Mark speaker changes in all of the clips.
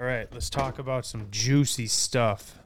Speaker 1: All right, let's talk about some juicy stuff.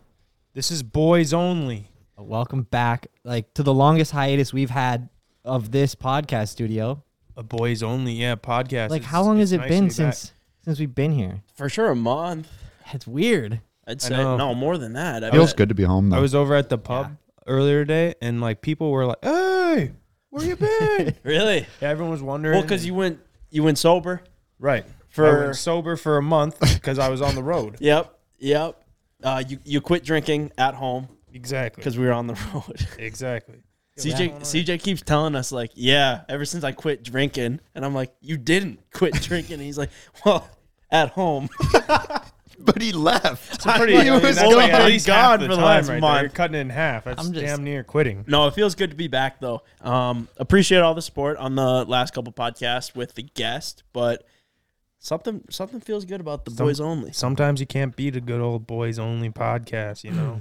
Speaker 1: This is boys only.
Speaker 2: Welcome back, like to the longest hiatus we've had of this podcast studio.
Speaker 1: A boys only, yeah, podcast.
Speaker 2: Like,
Speaker 1: It's-
Speaker 2: how long has
Speaker 1: it's
Speaker 2: it been
Speaker 1: nicely back.
Speaker 2: since since we've been here?
Speaker 3: For sure, a month.
Speaker 2: It's weird.
Speaker 3: I'd
Speaker 1: I
Speaker 3: say
Speaker 1: know.
Speaker 3: no more than that. I
Speaker 4: Feels
Speaker 3: bet.
Speaker 4: good to be home though.
Speaker 1: I was over at the pub earlier today, and like people were like, "Hey, where you been?"
Speaker 3: Really?
Speaker 1: Yeah, Everyone was wondering.
Speaker 3: Well, because you went you went sober.
Speaker 1: right
Speaker 3: for-
Speaker 1: I went sober for a month because I was on the road.
Speaker 3: Yep. Yep. Uh, you you quit drinking at home
Speaker 1: Exactly.
Speaker 3: because we were on the road.
Speaker 1: exactly.
Speaker 3: CJ CJ keeps telling us like, yeah, ever since I quit drinking, and I'm like, you didn't quit drinking. And he's like, well, at home.
Speaker 4: but he left.
Speaker 1: Pretty.
Speaker 4: He
Speaker 1: I mean,
Speaker 4: was
Speaker 1: that's like
Speaker 4: gone.
Speaker 1: at least half
Speaker 3: Gone
Speaker 1: the
Speaker 3: for the
Speaker 1: time
Speaker 3: last
Speaker 1: right there.
Speaker 3: month.
Speaker 1: You're cutting it in half. That's
Speaker 2: I'm just-
Speaker 1: damn near quitting.
Speaker 3: No, it feels good to be back though. Um, appreciate all the support on the last couple podcasts with the guest, but something something feels good about the boys only.
Speaker 1: Sometimes you can't beat a good old boys only podcast, you know.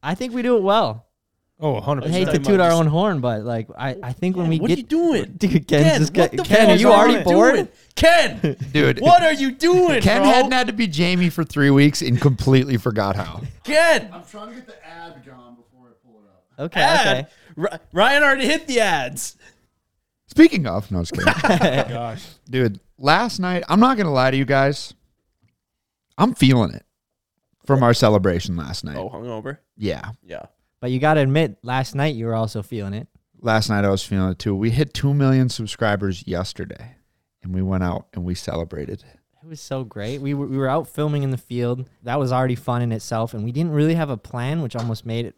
Speaker 2: I think we do it well.
Speaker 1: oh, 100
Speaker 2: I
Speaker 1: percent.
Speaker 2: hate to toot our own horn, but like I, I think when we
Speaker 3: what
Speaker 2: get
Speaker 3: are you doing?
Speaker 2: dude, Ken, just
Speaker 3: what
Speaker 2: get,
Speaker 3: the
Speaker 2: Ken
Speaker 3: fuck
Speaker 2: are you
Speaker 3: are
Speaker 2: already
Speaker 3: you
Speaker 2: bored?
Speaker 3: doing? Ken,
Speaker 4: Dude,
Speaker 3: what are you doing,
Speaker 4: Ken
Speaker 3: bro?
Speaker 4: hadn't had to be Jamie for three weeks and completely forgot how.
Speaker 3: Ken,
Speaker 4: I'm trying to get the ad gone before I pull it up.
Speaker 2: Okay,
Speaker 3: ad.
Speaker 2: okay.
Speaker 3: R- Ryan already hit the ads.
Speaker 4: Speaking of, no, I was kidding.
Speaker 1: gosh.
Speaker 4: Dude, last night, I'm not going to lie to you guys. I'm feeling it from our celebration last night.
Speaker 3: Oh, hungover.
Speaker 4: Yeah.
Speaker 3: Yeah.
Speaker 2: But you gotta admit, last night you were also feeling it.
Speaker 4: Last night, I was feeling it too. We hit 2 million subscribers yesterday, and we went out and we celebrated.
Speaker 2: It was so great. We were, we were out filming in the field. That was already fun in itself, and we didn't really have a plan, which almost made it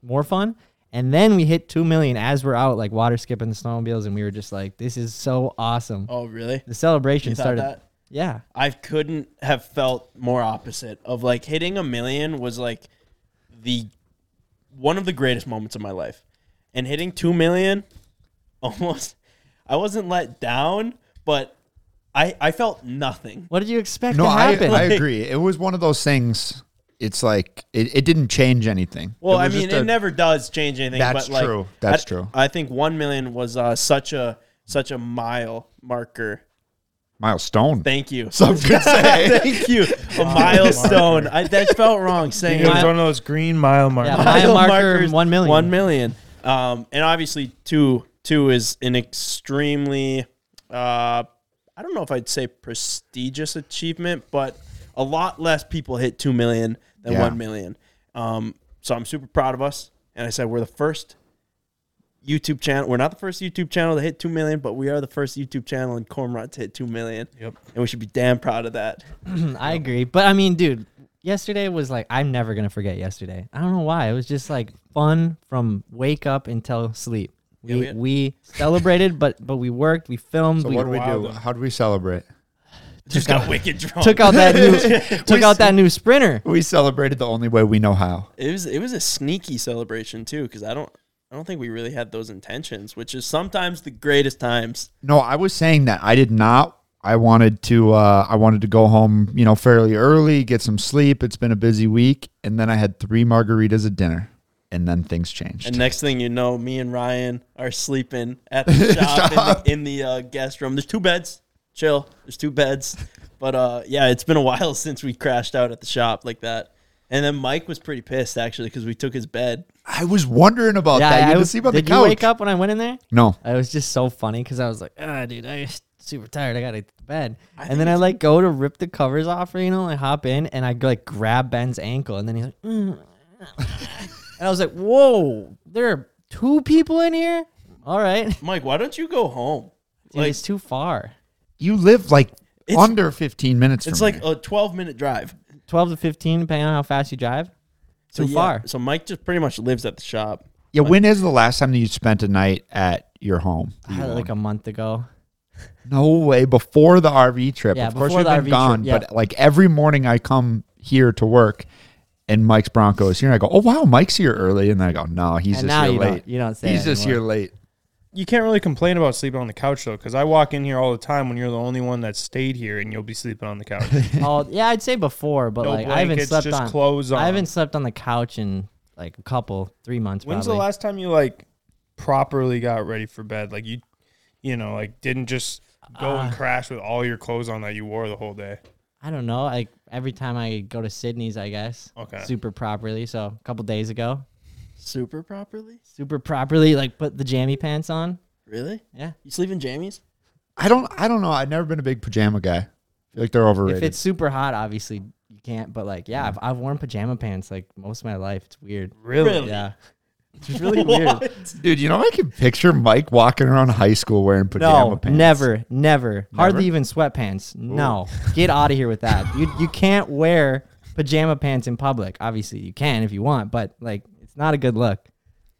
Speaker 2: more fun. And then we hit two million as we're out, like water skipping the snowmobiles, and we were just like, "This is so awesome!"
Speaker 3: Oh, really?
Speaker 2: The celebration
Speaker 3: You thought
Speaker 2: started.
Speaker 3: that?
Speaker 2: Yeah,
Speaker 3: I couldn't have felt more opposite of like hitting a million was like the one of the greatest moments of my life. And hitting 2 million almost I wasn't let down, but I I felt nothing.
Speaker 2: what did you expect
Speaker 4: No,
Speaker 2: to
Speaker 4: I,
Speaker 2: happen?
Speaker 4: I agree. It was one of those things. It's like, it, it didn't change anything.
Speaker 3: Well,
Speaker 4: It
Speaker 3: I
Speaker 4: was
Speaker 3: mean,
Speaker 4: just
Speaker 3: it
Speaker 4: a-
Speaker 3: never does change anything.
Speaker 4: That's
Speaker 3: but like,
Speaker 4: true. That's
Speaker 3: I,
Speaker 4: true.
Speaker 3: I think 1 million was uh, such a such a mile marker.
Speaker 4: milestone.
Speaker 3: Thank you.
Speaker 4: Some could say.
Speaker 3: Thank you. A milestone. I, that felt wrong saying
Speaker 1: It was
Speaker 3: that.
Speaker 1: one of those green mile
Speaker 2: yeah,
Speaker 1: markers.
Speaker 2: mile marker
Speaker 3: markers,
Speaker 2: one million.
Speaker 3: One million. Um, and obviously two two is an extremely uh, I don't know if I'd say prestigious achievement, but a lot less people hit two million than
Speaker 4: Yeah.
Speaker 3: one million. Um, so I'm super proud of us. And I said we're the first YouTube channel. We're not the first YouTube channel to hit two million, but we are the first YouTube channel in Cormorant to hit two million.
Speaker 1: Yep.
Speaker 3: And we should be damn proud of that.
Speaker 2: I agree, but I mean, dude, yesterday was like I'm never gonna forget yesterday. I don't know why. It was just like fun from wake up until sleep. We
Speaker 3: we
Speaker 2: we,
Speaker 3: had-
Speaker 2: celebrated, but but we worked, we filmed,
Speaker 4: So
Speaker 2: we
Speaker 4: what do we
Speaker 1: Wow,
Speaker 4: do?
Speaker 1: though.
Speaker 4: How do we celebrate?
Speaker 3: Just got wicked drunk.
Speaker 2: took out that new took out that new sprinter.
Speaker 4: We celebrated the only way we know how.
Speaker 3: It was it was a sneaky celebration too, because I don't I don't think we really had those intentions, which is sometimes the greatest times.
Speaker 4: No, I was saying that I did not. I wanted to. Uh, I wanted to go home, you know, fairly early, get some sleep. It's been a busy week, and then I had three margaritas at dinner, and then things changed.
Speaker 3: And next thing you know, me and Ryan are sleeping at the shop, in the, in the uh, guest room. There's two beds, chill. There's two beds, but uh, yeah, it's been a while since we crashed out at the shop like that. And then Mike was pretty pissed actually because we took his bed.
Speaker 4: I was wondering about that. You
Speaker 2: I
Speaker 4: didn't
Speaker 2: was-
Speaker 4: see about
Speaker 2: did
Speaker 4: the couch.
Speaker 2: you wake up when I went in there?
Speaker 4: No,
Speaker 2: It was just so funny because I was like, ah, dude, I'm super tired. I gotta get to bed. and then I like go to rip the covers off, you know, and I hop in and I like grab Ben's ankle, and then he's like, "Mm." and I was like, whoa, there are two people in here. All right, dude,
Speaker 3: Mike, why don't you go home? like
Speaker 2: it's too far.
Speaker 4: you live like
Speaker 3: It's-
Speaker 4: under fifteen minutes.
Speaker 3: it's
Speaker 4: from
Speaker 3: like
Speaker 4: here.
Speaker 3: a 12 minute drive.
Speaker 2: Twelve to fifteen, depending on how fast you drive. Too
Speaker 3: yeah,
Speaker 2: far.
Speaker 3: So Mike just pretty much lives at the shop.
Speaker 4: yeah. When is the last time that you spent a night at your home?
Speaker 2: I had it like a month ago.
Speaker 4: No way. Before the RV trip.
Speaker 2: Yeah,
Speaker 4: of course,
Speaker 2: before
Speaker 4: we've
Speaker 2: the RV
Speaker 4: been
Speaker 2: trip,
Speaker 4: gone.
Speaker 2: yeah.
Speaker 4: But like every morning I come here to work and Mike's Bronco is here. And I go, oh, wow, Mike's here early. And then I go, no, he's
Speaker 2: And
Speaker 4: just
Speaker 2: now
Speaker 4: here
Speaker 2: you
Speaker 4: late.
Speaker 2: don't- you don't say
Speaker 4: He's
Speaker 2: that
Speaker 4: just here
Speaker 2: anymore.
Speaker 4: late.
Speaker 1: You can't really complain about sleeping on the couch though, because I walk in here all the time when you're the only one that stayed here, and you'll be sleeping on the couch.
Speaker 2: Oh, yeah, I'd say before, but
Speaker 1: No
Speaker 2: like I haven't
Speaker 1: blankets,
Speaker 2: slept
Speaker 1: just
Speaker 2: on,
Speaker 1: clothes on.
Speaker 2: I haven't slept on the couch in like a couple, three months.
Speaker 1: When's
Speaker 2: probably.
Speaker 1: the last time you like properly got ready for bed? Like you, you know, like didn't just go
Speaker 4: Uh.
Speaker 1: and crash with all your clothes on that you wore the whole day.
Speaker 2: I don't know. Like every time I go to Sydney's, I guess.
Speaker 1: Okay.
Speaker 2: Super properly. So a couple days ago,
Speaker 3: Super properly?
Speaker 2: super properly, like put the jammy pants on.
Speaker 3: Really?
Speaker 2: Yeah.
Speaker 3: You sleep in jammies?
Speaker 4: I don't I don't know. I've never been a big pajama guy. I feel like they're
Speaker 2: If
Speaker 4: overrated.
Speaker 2: it's super hot, obviously you can't. But like, yeah, I've, I've worn pajama pants like most of my life. It's weird.
Speaker 1: Really?
Speaker 2: Yeah. It's really weird.
Speaker 4: Dude, you know I can picture Mike walking around high school wearing pajama
Speaker 2: No,
Speaker 4: pants.
Speaker 2: never, never,
Speaker 4: Never?
Speaker 2: hardly even sweatpants. No, get out of here with that. You you can't wear pajama pants in public. Obviously, you can if you want, but like it's not a good look.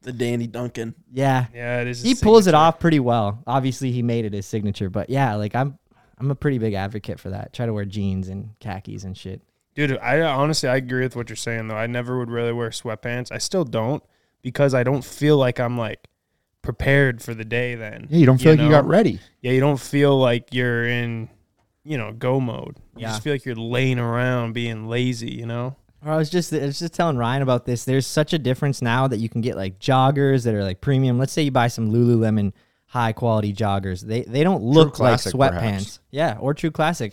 Speaker 3: The Danny Duncan.
Speaker 2: Yeah,
Speaker 1: Yeah, it is.
Speaker 2: he pulls it off pretty well. Obviously, he made it his signature, but yeah, like I'm I'm a pretty big advocate for that. Try to wear jeans and khakis and shit.
Speaker 1: dude. I honestly, I agree with what you're saying though. I never would really wear sweatpants. I still don't because I don't feel like I'm like prepared for the day. Then
Speaker 4: Yeah, you don't feel like you
Speaker 1: know?
Speaker 4: got ready.
Speaker 1: Yeah, you don't feel like you're in, you know, go mode. You just feel like you're laying around being lazy. You know.
Speaker 2: Or I was just I was just telling Ryan about this. There's such a difference now that you can get like joggers that are like premium. Let's say you buy some Lululemon high quality joggers. They they don't look
Speaker 4: Classic,
Speaker 2: like sweatpants.
Speaker 4: perhaps.
Speaker 2: Yeah, or True Classic.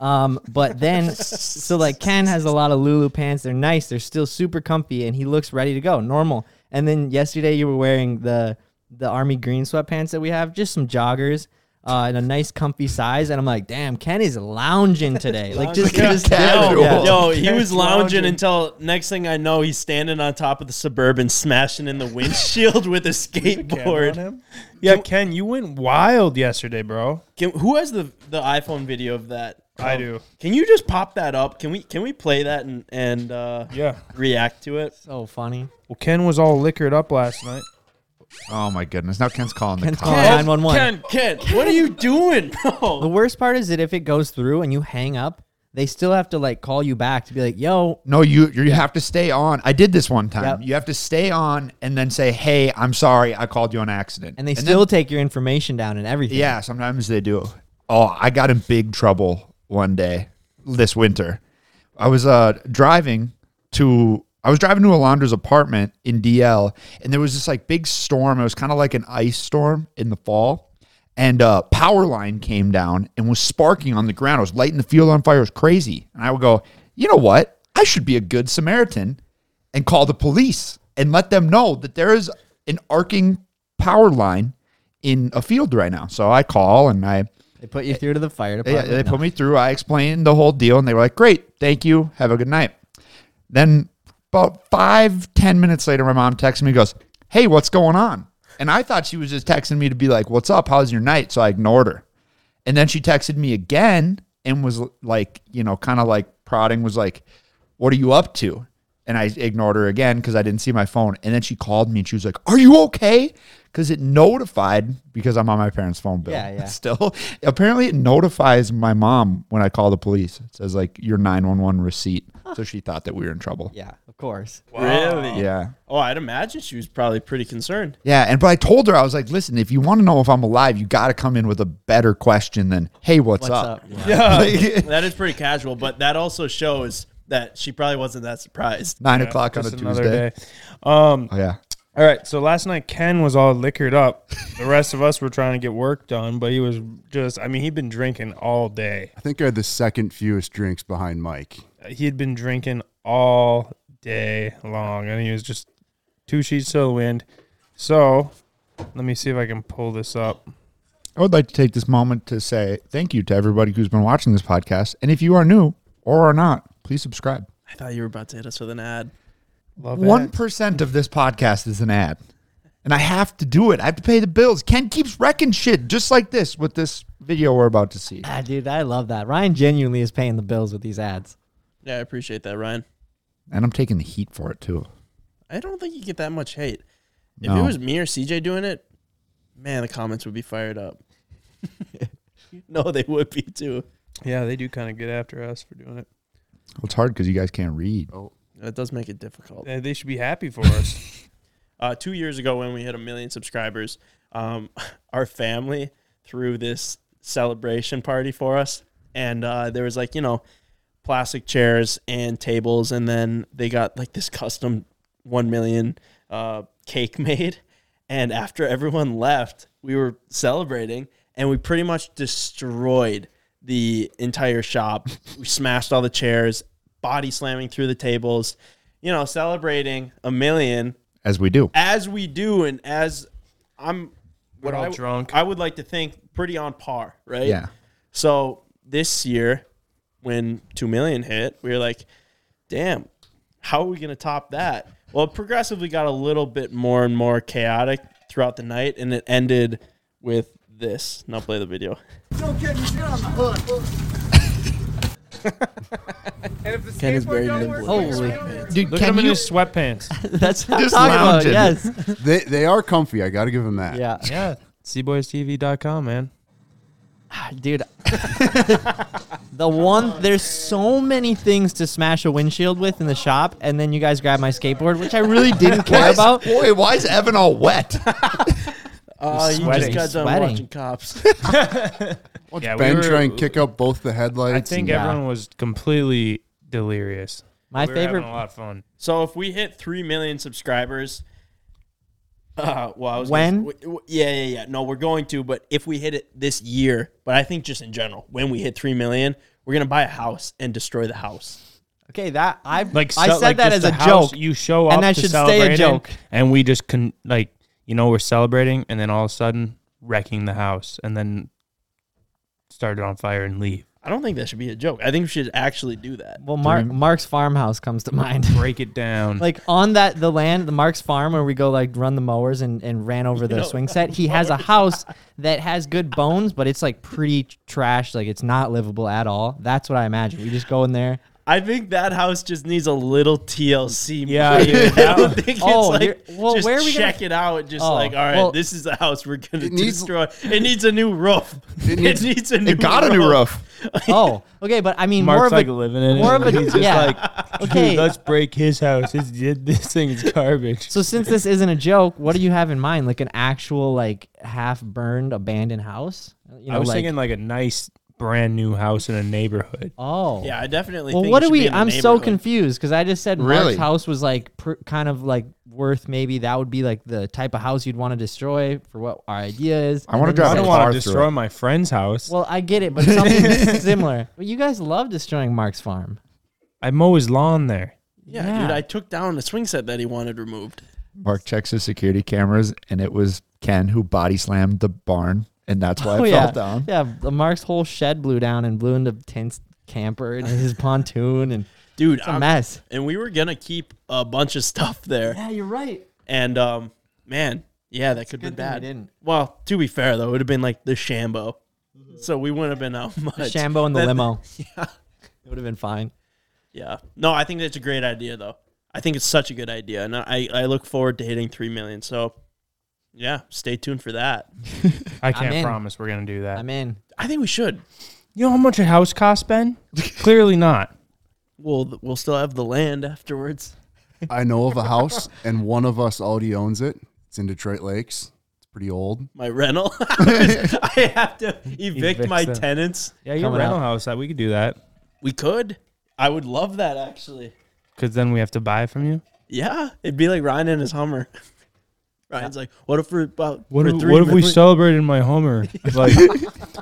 Speaker 2: Um, but then so like Ken has a lot of Lulu pants. They're nice. They're still super comfy, and he looks ready to go, normal. And then yesterday you were wearing the the army green sweatpants that we have, just some joggers. Uh, in a nice comfy size, and I'm like, damn, Ken is lounging today. Like, just, just
Speaker 4: Casual.
Speaker 2: Yeah.
Speaker 3: Yo, he was
Speaker 1: lounging.
Speaker 3: lounging until next thing I know, he's standing on top of the suburban, smashing in the windshield with a skateboard.
Speaker 1: Yeah, Ken, you went wild yesterday, bro.
Speaker 3: Can, who has the the iPhone video of that?
Speaker 1: I
Speaker 3: Um,
Speaker 1: do.
Speaker 3: Can you just pop that up? Can we can we play that and and uh,
Speaker 1: Yeah.
Speaker 3: react to it?
Speaker 2: so funny.
Speaker 1: Well, Ken was all liquored up last night.
Speaker 4: Oh my goodness. Now Ken's calling
Speaker 2: Ken's
Speaker 4: the
Speaker 2: calling.
Speaker 4: cops.
Speaker 2: Ken, 911.
Speaker 3: Ken, Ken, what are you doing, Oh,
Speaker 2: The
Speaker 3: bro?
Speaker 2: worst part is that if it goes through and you hang up, they still have to like call you back to be like, "Yo,
Speaker 4: No, you you have to stay on. I did this one time.
Speaker 2: Yep.
Speaker 4: You have to stay on and then say, "Hey, I'm sorry, I called you on accident."
Speaker 2: and they
Speaker 4: then-
Speaker 2: still take your information down and everything."
Speaker 4: yeah, sometimes they do. Oh, I got in big trouble one day this winter. I was uh driving to I was driving to Alondra's apartment in DL, and there was this like big storm. It was kind of like an ice storm in the fall, and uh, power line came down and was sparking on the ground. It was lighting the field on fire. It was crazy, and I would go, you know what? I should be a good Samaritan and call the police and let them know that there is an arcing power line in a field right now. So I call and I
Speaker 2: They put you through to the fire
Speaker 4: yeah,
Speaker 2: department.
Speaker 4: they
Speaker 2: No.
Speaker 4: put me through. I explained the whole deal, and they were like, "Great, thank you. Have a good night." Then about five, ten minutes later, my mom texts me, goes, "Hey, what's going on?" And I thought she was just texting me to be like, "What's up? How's your night?" So I ignored her, and then she texted me again and was like, you know, kind of like prodding, was like, "What are you up to?" And I ignored her again because I didn't see my phone. And then she called me and she was like, "Are you okay?" Because it notified because I'm on my parents' phone bill.
Speaker 2: Yeah, yeah.
Speaker 4: Still, apparently it notifies my mom when I call the police. It says like your 911 receipt. So she thought that we were in trouble.
Speaker 2: yeah, of course.
Speaker 3: Really?
Speaker 4: Yeah.
Speaker 3: Oh, I'd imagine she was probably pretty concerned.
Speaker 4: Yeah, and but I told her I was like, "Listen, if you want to know if I'm alive, you got to come in with a better question than, "Hey, what's,
Speaker 2: What's up?
Speaker 4: up?"
Speaker 2: Yeah.
Speaker 4: Like,
Speaker 3: That is pretty casual, but that also shows that she probably wasn't that surprised.
Speaker 4: 9 o'clock on a
Speaker 1: Just
Speaker 4: Tuesday.
Speaker 1: day. Um,
Speaker 4: Oh yeah.
Speaker 1: all right, so last night Ken was all liquored up. The rest of us were trying to get work done, but he was just, I mean, he'd been drinking all day.
Speaker 5: I think I had the second fewest drinks behind Mike.
Speaker 1: He had been drinking all day long, and he was just two sheets to the wind. So let me see if I can pull this up.
Speaker 4: I would like to take this moment to say thank you to everybody who's been watching this podcast. And if you are new or are not, please subscribe.
Speaker 3: I thought you were about to hit us with an ad.
Speaker 1: Love
Speaker 4: One
Speaker 1: it.
Speaker 4: percent of this podcast is an ad, and I have to do it. I have to pay the bills. Ken keeps wrecking shit just like this with this video we're about to see.
Speaker 2: Ah, dude, I love that. Ryan genuinely is paying the bills with these ads.
Speaker 3: Yeah, I appreciate that, Ryan.
Speaker 4: And I'm taking the heat for it too.
Speaker 3: I don't think you get that much hate. If
Speaker 4: No.
Speaker 3: it was me or CJ doing it, man, the comments would be fired up. no, they would be too.
Speaker 1: Yeah, they do kind of get after us for doing it.
Speaker 4: Well, it's hard because you guys can't read.
Speaker 3: That does make it difficult.
Speaker 1: Uh, They- They should be happy for us.
Speaker 3: Uh, two years ago, when we hit a million subscribers, um, our family threw this celebration party for us, and uh, there was like you know, plastic chairs and tables, and then they got like this custom one million uh, cake made. And after everyone left, we were celebrating, and we pretty much destroyed the entire shop. we smashed all the chairs, body slamming through the tables. You know, celebrating a million
Speaker 4: As we do.
Speaker 3: as we do and as I'm what
Speaker 1: all
Speaker 3: I,
Speaker 1: drunk.
Speaker 3: I would like to think pretty on par, right?
Speaker 4: Yeah.
Speaker 3: So this year, when two million hit, we were like, damn, how are we gonna top that? Well, it progressively got a little bit more and more chaotic throughout the night, and it ended with this. Now play the video. Ken is very nimble.
Speaker 2: Holy,
Speaker 4: Dude,
Speaker 1: Look at him in his sweatpants.
Speaker 2: that's what I'm
Speaker 4: Just
Speaker 2: talking about.
Speaker 4: lounging.
Speaker 2: Yes.
Speaker 5: They they are comfy. I got to give them that.
Speaker 2: Yeah.
Speaker 1: yeah. SeaboysTV.com, man.
Speaker 2: Dude. the one there's so many things to smash a windshield with in the shop, and then you guys grab my skateboard, which I really didn't care about.
Speaker 4: Boy, why is Evan all wet?
Speaker 3: Uh, you just
Speaker 2: sweating.
Speaker 3: got done
Speaker 2: Sweating.
Speaker 3: watching cops.
Speaker 5: Watch
Speaker 1: Yeah, we
Speaker 5: ben
Speaker 1: were-
Speaker 5: try and kick up both the headlights.
Speaker 1: I think
Speaker 5: and-
Speaker 2: Yeah.
Speaker 1: everyone was completely delirious.
Speaker 2: My
Speaker 1: we were
Speaker 2: favorite
Speaker 1: having a lot of fun.
Speaker 3: So if we hit three million subscribers, uh, well, I was
Speaker 2: When?
Speaker 3: gonna- w- w- yeah, yeah, yeah. No, we're going to, but if we hit it this year, but I think just in general, when we hit three million, we're gonna buy a house and destroy the house.
Speaker 2: Okay, that I
Speaker 1: Like
Speaker 2: I
Speaker 1: so-
Speaker 2: said
Speaker 1: like,
Speaker 2: that
Speaker 1: just
Speaker 2: as
Speaker 1: the
Speaker 2: a
Speaker 1: house,
Speaker 2: joke.
Speaker 1: You show up
Speaker 2: and that
Speaker 1: to
Speaker 2: should stay a
Speaker 1: celebrating,
Speaker 2: joke.
Speaker 1: and we just can like you know we're celebrating, and then all of a sudden wrecking the house, and then start it on fire and leave,
Speaker 3: I don't think that should be a joke. I think we should actually do that.
Speaker 2: Well, Mark, Mark's farmhouse comes to mind.
Speaker 1: break it down.
Speaker 2: like on that the land, the Mark's farm where we go like run the mowers and, and ran over the swing set. He has a house that has good bones, but it's like pretty tr- trash. Like it's not livable at all. That's what I imagine. We just go in there.
Speaker 3: I think that house just needs a little TLC.
Speaker 1: Yeah,
Speaker 3: movie.
Speaker 1: dude,
Speaker 3: I don't think it's
Speaker 2: Oh, you're-
Speaker 3: like
Speaker 2: well,
Speaker 3: just
Speaker 2: where are we gonna-
Speaker 3: check it out. Just
Speaker 2: Oh,
Speaker 3: like all right,
Speaker 2: well-
Speaker 3: this is the house we're gonna
Speaker 5: It needs-
Speaker 3: destroy. It needs a new roof. It needs,
Speaker 5: needs-
Speaker 3: a new.
Speaker 4: It got a new roof.
Speaker 2: Oh, okay, but I mean more
Speaker 1: Mark's
Speaker 2: of
Speaker 1: like
Speaker 2: a
Speaker 1: living in
Speaker 2: more
Speaker 1: it.
Speaker 2: of a-
Speaker 1: and he's just
Speaker 2: yeah.
Speaker 1: like, "Dude,
Speaker 2: Okay.
Speaker 1: let's break his house. This, this thing is garbage.
Speaker 2: So since this isn't a joke, what do you have in mind? Like an actual like half burned abandoned house? You know,
Speaker 1: I was
Speaker 2: like
Speaker 1: thinking like a nice brand new house in a neighborhood.
Speaker 2: oh
Speaker 3: Yeah, I definitely.
Speaker 2: Well,
Speaker 3: think
Speaker 2: what
Speaker 3: it
Speaker 2: do
Speaker 3: should be
Speaker 2: we?
Speaker 3: in the
Speaker 2: I'm so
Speaker 3: neighborhood.
Speaker 2: confused because I just said
Speaker 4: Really?
Speaker 2: Mark's house was like pr- kind of like worth maybe that would be like the type of house you'd want to destroy for what our idea is.
Speaker 4: I wanna
Speaker 2: And then
Speaker 4: drive
Speaker 1: I don't
Speaker 2: you said-
Speaker 4: a car
Speaker 1: want
Speaker 4: through
Speaker 1: to destroy
Speaker 4: it.
Speaker 1: my friend's house.
Speaker 2: Well, I get it, but something similar. But you guys love destroying Mark's farm.
Speaker 1: I mow his lawn there.
Speaker 3: Yeah,
Speaker 2: Yeah.
Speaker 3: dude, I took down a swing set that he wanted removed.
Speaker 4: Mark checks his security cameras, and it was Ken who body slammed the barn, and that's why it fell
Speaker 2: Oh, yeah,
Speaker 4: down.
Speaker 2: yeah. the Mark's whole shed blew down and blew into Tint's camper and his pontoon, and
Speaker 3: Dude,
Speaker 2: it's a
Speaker 3: I'm-
Speaker 2: mess.
Speaker 3: and we were gonna keep a bunch of stuff there,
Speaker 2: Yeah, you're right.
Speaker 3: and um, man, yeah, that could be
Speaker 2: good thing we
Speaker 3: bad.
Speaker 2: didn't.
Speaker 3: Well, to be fair though, it would have been like the Shambo, so we wouldn't have been out much.
Speaker 2: Mm-hmm. Shambo in the
Speaker 3: That-
Speaker 2: limo. Yeah, it would have been fine.
Speaker 3: Yeah, no, I think that's a great idea though. I think it's such a good idea, and I I look forward to hitting three million. So, yeah, stay tuned for that.
Speaker 1: I can't
Speaker 2: in.
Speaker 1: promise we're gonna do that.
Speaker 2: I'm in.
Speaker 3: I think we should.
Speaker 1: you know how much a house costs, Ben? Clearly not.
Speaker 3: We'll we'll still have the land afterwards.
Speaker 5: I know of a house, and one of us already owns it. It's in Detroit Lakes. It's pretty old.
Speaker 3: My rental, I have to evict
Speaker 1: Evict
Speaker 3: my
Speaker 1: them.
Speaker 3: tenants.
Speaker 1: Yeah, your
Speaker 2: Coming
Speaker 1: rental
Speaker 2: up.
Speaker 1: house. That we could do that.
Speaker 3: We could. I would love that actually.
Speaker 1: Because then we have to buy from you.
Speaker 3: Yeah, it'd be like Ryan and his Hummer. Ryan's like, "What if we're about
Speaker 1: What
Speaker 3: for
Speaker 1: if,
Speaker 3: three
Speaker 1: what if we
Speaker 3: million-
Speaker 1: celebrated my Hummer? Like,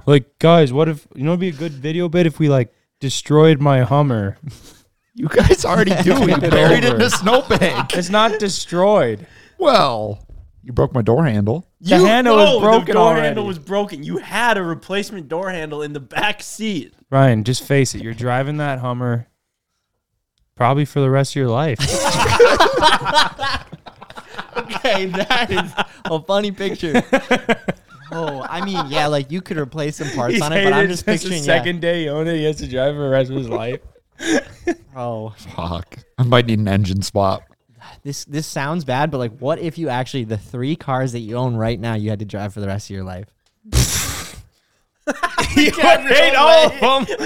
Speaker 1: like guys, what if you know? It'd be a good video bit if we like destroyed my Hummer.
Speaker 4: You guys already do. You
Speaker 1: it
Speaker 4: buried it in
Speaker 1: over.
Speaker 4: a snowbank.
Speaker 1: It's not destroyed.
Speaker 4: well, you broke my door handle.
Speaker 1: The
Speaker 3: You
Speaker 1: handle was
Speaker 3: know The
Speaker 1: broken
Speaker 3: door
Speaker 1: already.
Speaker 3: handle was broken. You had a replacement door handle in the back seat.
Speaker 1: Ryan, just face it. You're driving that Hummer probably for the rest of your life.
Speaker 2: Okay, that is a funny picture. oh, I mean, yeah, like you could replace some parts on it, but I'm just picturing
Speaker 1: second day he owned it. He has to drive for the rest of his life.
Speaker 2: Yeah. Oh,
Speaker 4: Fuck. I might need an engine swap.
Speaker 2: this this sounds bad, but like, what if you actually the three cars that you own right now you had to drive for the rest of your life?
Speaker 1: you hate all of them.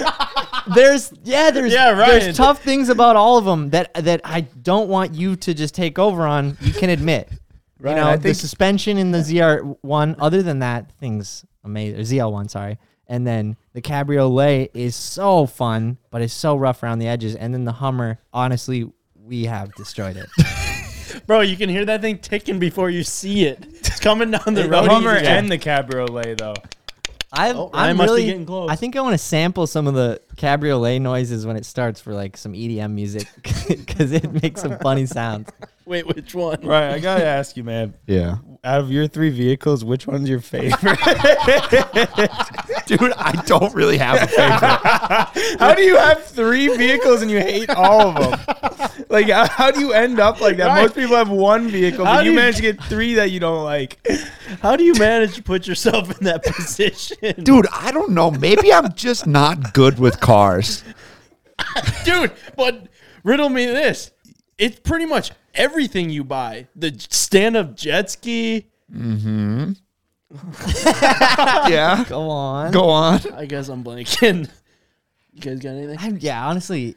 Speaker 2: There's yeah, there's
Speaker 3: Yeah, Ryan.
Speaker 2: there's tough things about all of them that that I don't want you to just take over on. You can admit,
Speaker 1: Ryan,
Speaker 2: you know,
Speaker 1: I
Speaker 2: the
Speaker 1: think-
Speaker 2: suspension in the ZR one. Other than that, things amazing. Or ZL one, sorry. And then the cabriolet is so fun, but it's so rough around the edges. And then the Hummer, honestly, we have destroyed it.
Speaker 3: Bro, you can hear that thing ticking before you see it. It's coming down the road.
Speaker 1: The Hummer
Speaker 3: Yeah.
Speaker 1: and the Cabriolet, though.
Speaker 2: I,
Speaker 3: Oh, Ryan
Speaker 2: I'm
Speaker 3: must be
Speaker 2: really.
Speaker 3: getting close.
Speaker 2: I think I want to sample some of the cabriolet noises when it starts for like some EDM music because it makes some funny sounds.
Speaker 3: Wait, which one?
Speaker 1: Right, I gotta ask you, man.
Speaker 4: Yeah.
Speaker 1: Out of your three vehicles, which one's your favorite?
Speaker 4: Dude, I don't really have a favorite.
Speaker 1: how do you have three vehicles and you hate all of them? Like, how, how do you end up like that?
Speaker 3: Right.
Speaker 1: Most people have one vehicle,
Speaker 3: How
Speaker 1: but
Speaker 3: do
Speaker 1: you,
Speaker 3: you-
Speaker 1: manage to get three that you don't like.
Speaker 3: How do you manage to put yourself in that position?
Speaker 4: Dude, I don't know. Maybe I'm just not good with cars.
Speaker 3: Dude, but riddle me this. It's pretty much everything you buy. The stand up jet ski.
Speaker 4: Yeah.
Speaker 2: Go on.
Speaker 4: Go on.
Speaker 3: I guess I'm blanking. You guys got anything?
Speaker 2: I'm, yeah, honestly,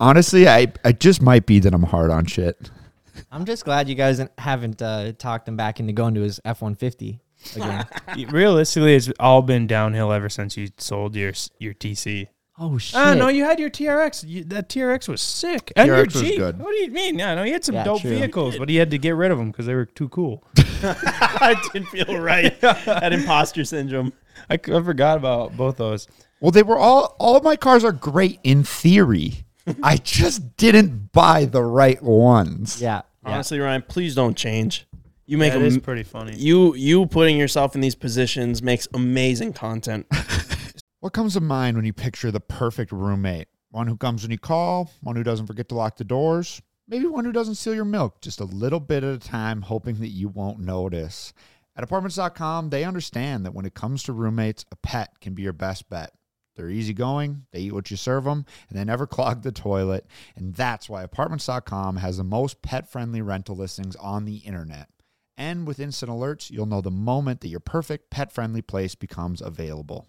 Speaker 4: Honestly, I, I just might be that I'm hard on shit.
Speaker 2: I'm just glad you guys haven't uh, talked him back into going to his F-150 again.
Speaker 1: Realistically, it's all been downhill ever since you sold your your TC.
Speaker 2: oh shit!
Speaker 1: Ah, no, you had your TRX. You, that TRX was sick. And
Speaker 4: TRX
Speaker 1: your
Speaker 4: was
Speaker 1: Jeep.
Speaker 4: good.
Speaker 1: What do you mean? Yeah, no, he had some
Speaker 2: Yeah,
Speaker 1: dope
Speaker 2: true.
Speaker 1: vehicles, but he had to get rid of them because they were too cool.
Speaker 3: I didn't feel right. That imposter syndrome.
Speaker 1: I, c- I forgot about both those.
Speaker 4: Well, they were all all of my cars are great in theory. I just didn't buy the right ones.
Speaker 2: Yeah, yeah.
Speaker 3: Honestly, Ryan, please don't change. You make
Speaker 1: That
Speaker 3: a
Speaker 1: is
Speaker 3: m-
Speaker 1: pretty funny.
Speaker 3: you you putting yourself in these positions makes amazing content.
Speaker 4: What comes to mind when you picture the perfect roommate? One who comes when you call, one who doesn't forget to lock the doors, maybe one who doesn't steal your milk just a little bit at a time, hoping that you won't notice. At apartments.com, they understand that when it comes to roommates, a pet can be your best bet. They're easygoing, they eat what you serve them, and they never clog the toilet. And that's why apartments.com has the most pet friendly rental listings on the internet. And with instant alerts, you'll know the moment that your perfect pet friendly place becomes available.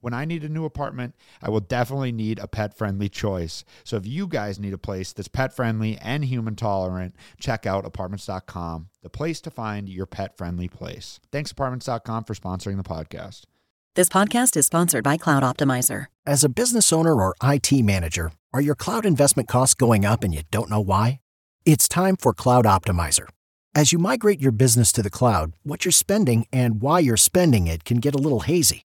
Speaker 4: When I need a new apartment, I will definitely need a pet friendly choice. So if you guys need a place that's pet friendly and human tolerant, check out apartments.com, the place to find your pet friendly place. Thanks, apartments.com, for sponsoring the podcast.
Speaker 6: This podcast is sponsored by Cloud Optimizer.
Speaker 7: As a business owner or IT manager, are your cloud investment costs going up and you don't know why? It's time for Cloud Optimizer. As you migrate your business to the cloud, what you're spending and why you're spending it can get a little hazy.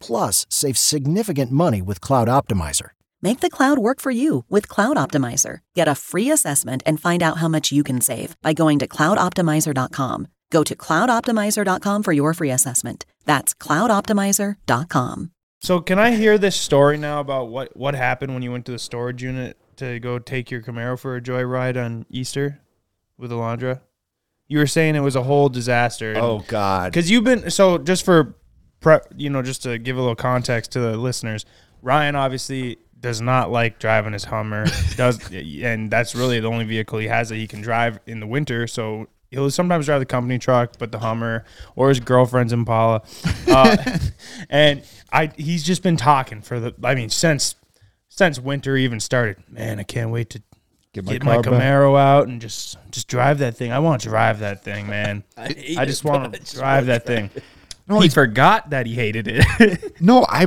Speaker 7: plus, save significant money with Cloud Optimizer.
Speaker 6: Make the cloud work for you with Cloud Optimizer. Get a free assessment and find out how much you can save by going to cloudoptimizer.com. Go to cloudoptimizer.com for your free assessment. That's cloudoptimizer.com.
Speaker 1: So can I hear this story now about what what happened when you went to the storage unit to go take your Camaro for a joyride on Easter with Alondra? You were saying it was a whole disaster.
Speaker 4: God.
Speaker 1: because you've been so just for prep, you know, just to give a little context to the listeners. Ryan obviously does not like driving his Hummer. does and that's really the only vehicle he has that he can drive in the winter. So. He'll sometimes drive the company truck, but the Hummer or his girlfriend's Impala, uh, and I he's just been talking for the I mean since since winter even started. Man, I can't wait to
Speaker 4: Get
Speaker 1: get my Camaro out and just just drive that thing. I want to drive that thing, man. I,
Speaker 3: hate
Speaker 1: just
Speaker 3: it,
Speaker 1: want
Speaker 3: but I just
Speaker 1: to drive
Speaker 3: wanna
Speaker 1: that thing. he forgot that he hated it.
Speaker 4: No, I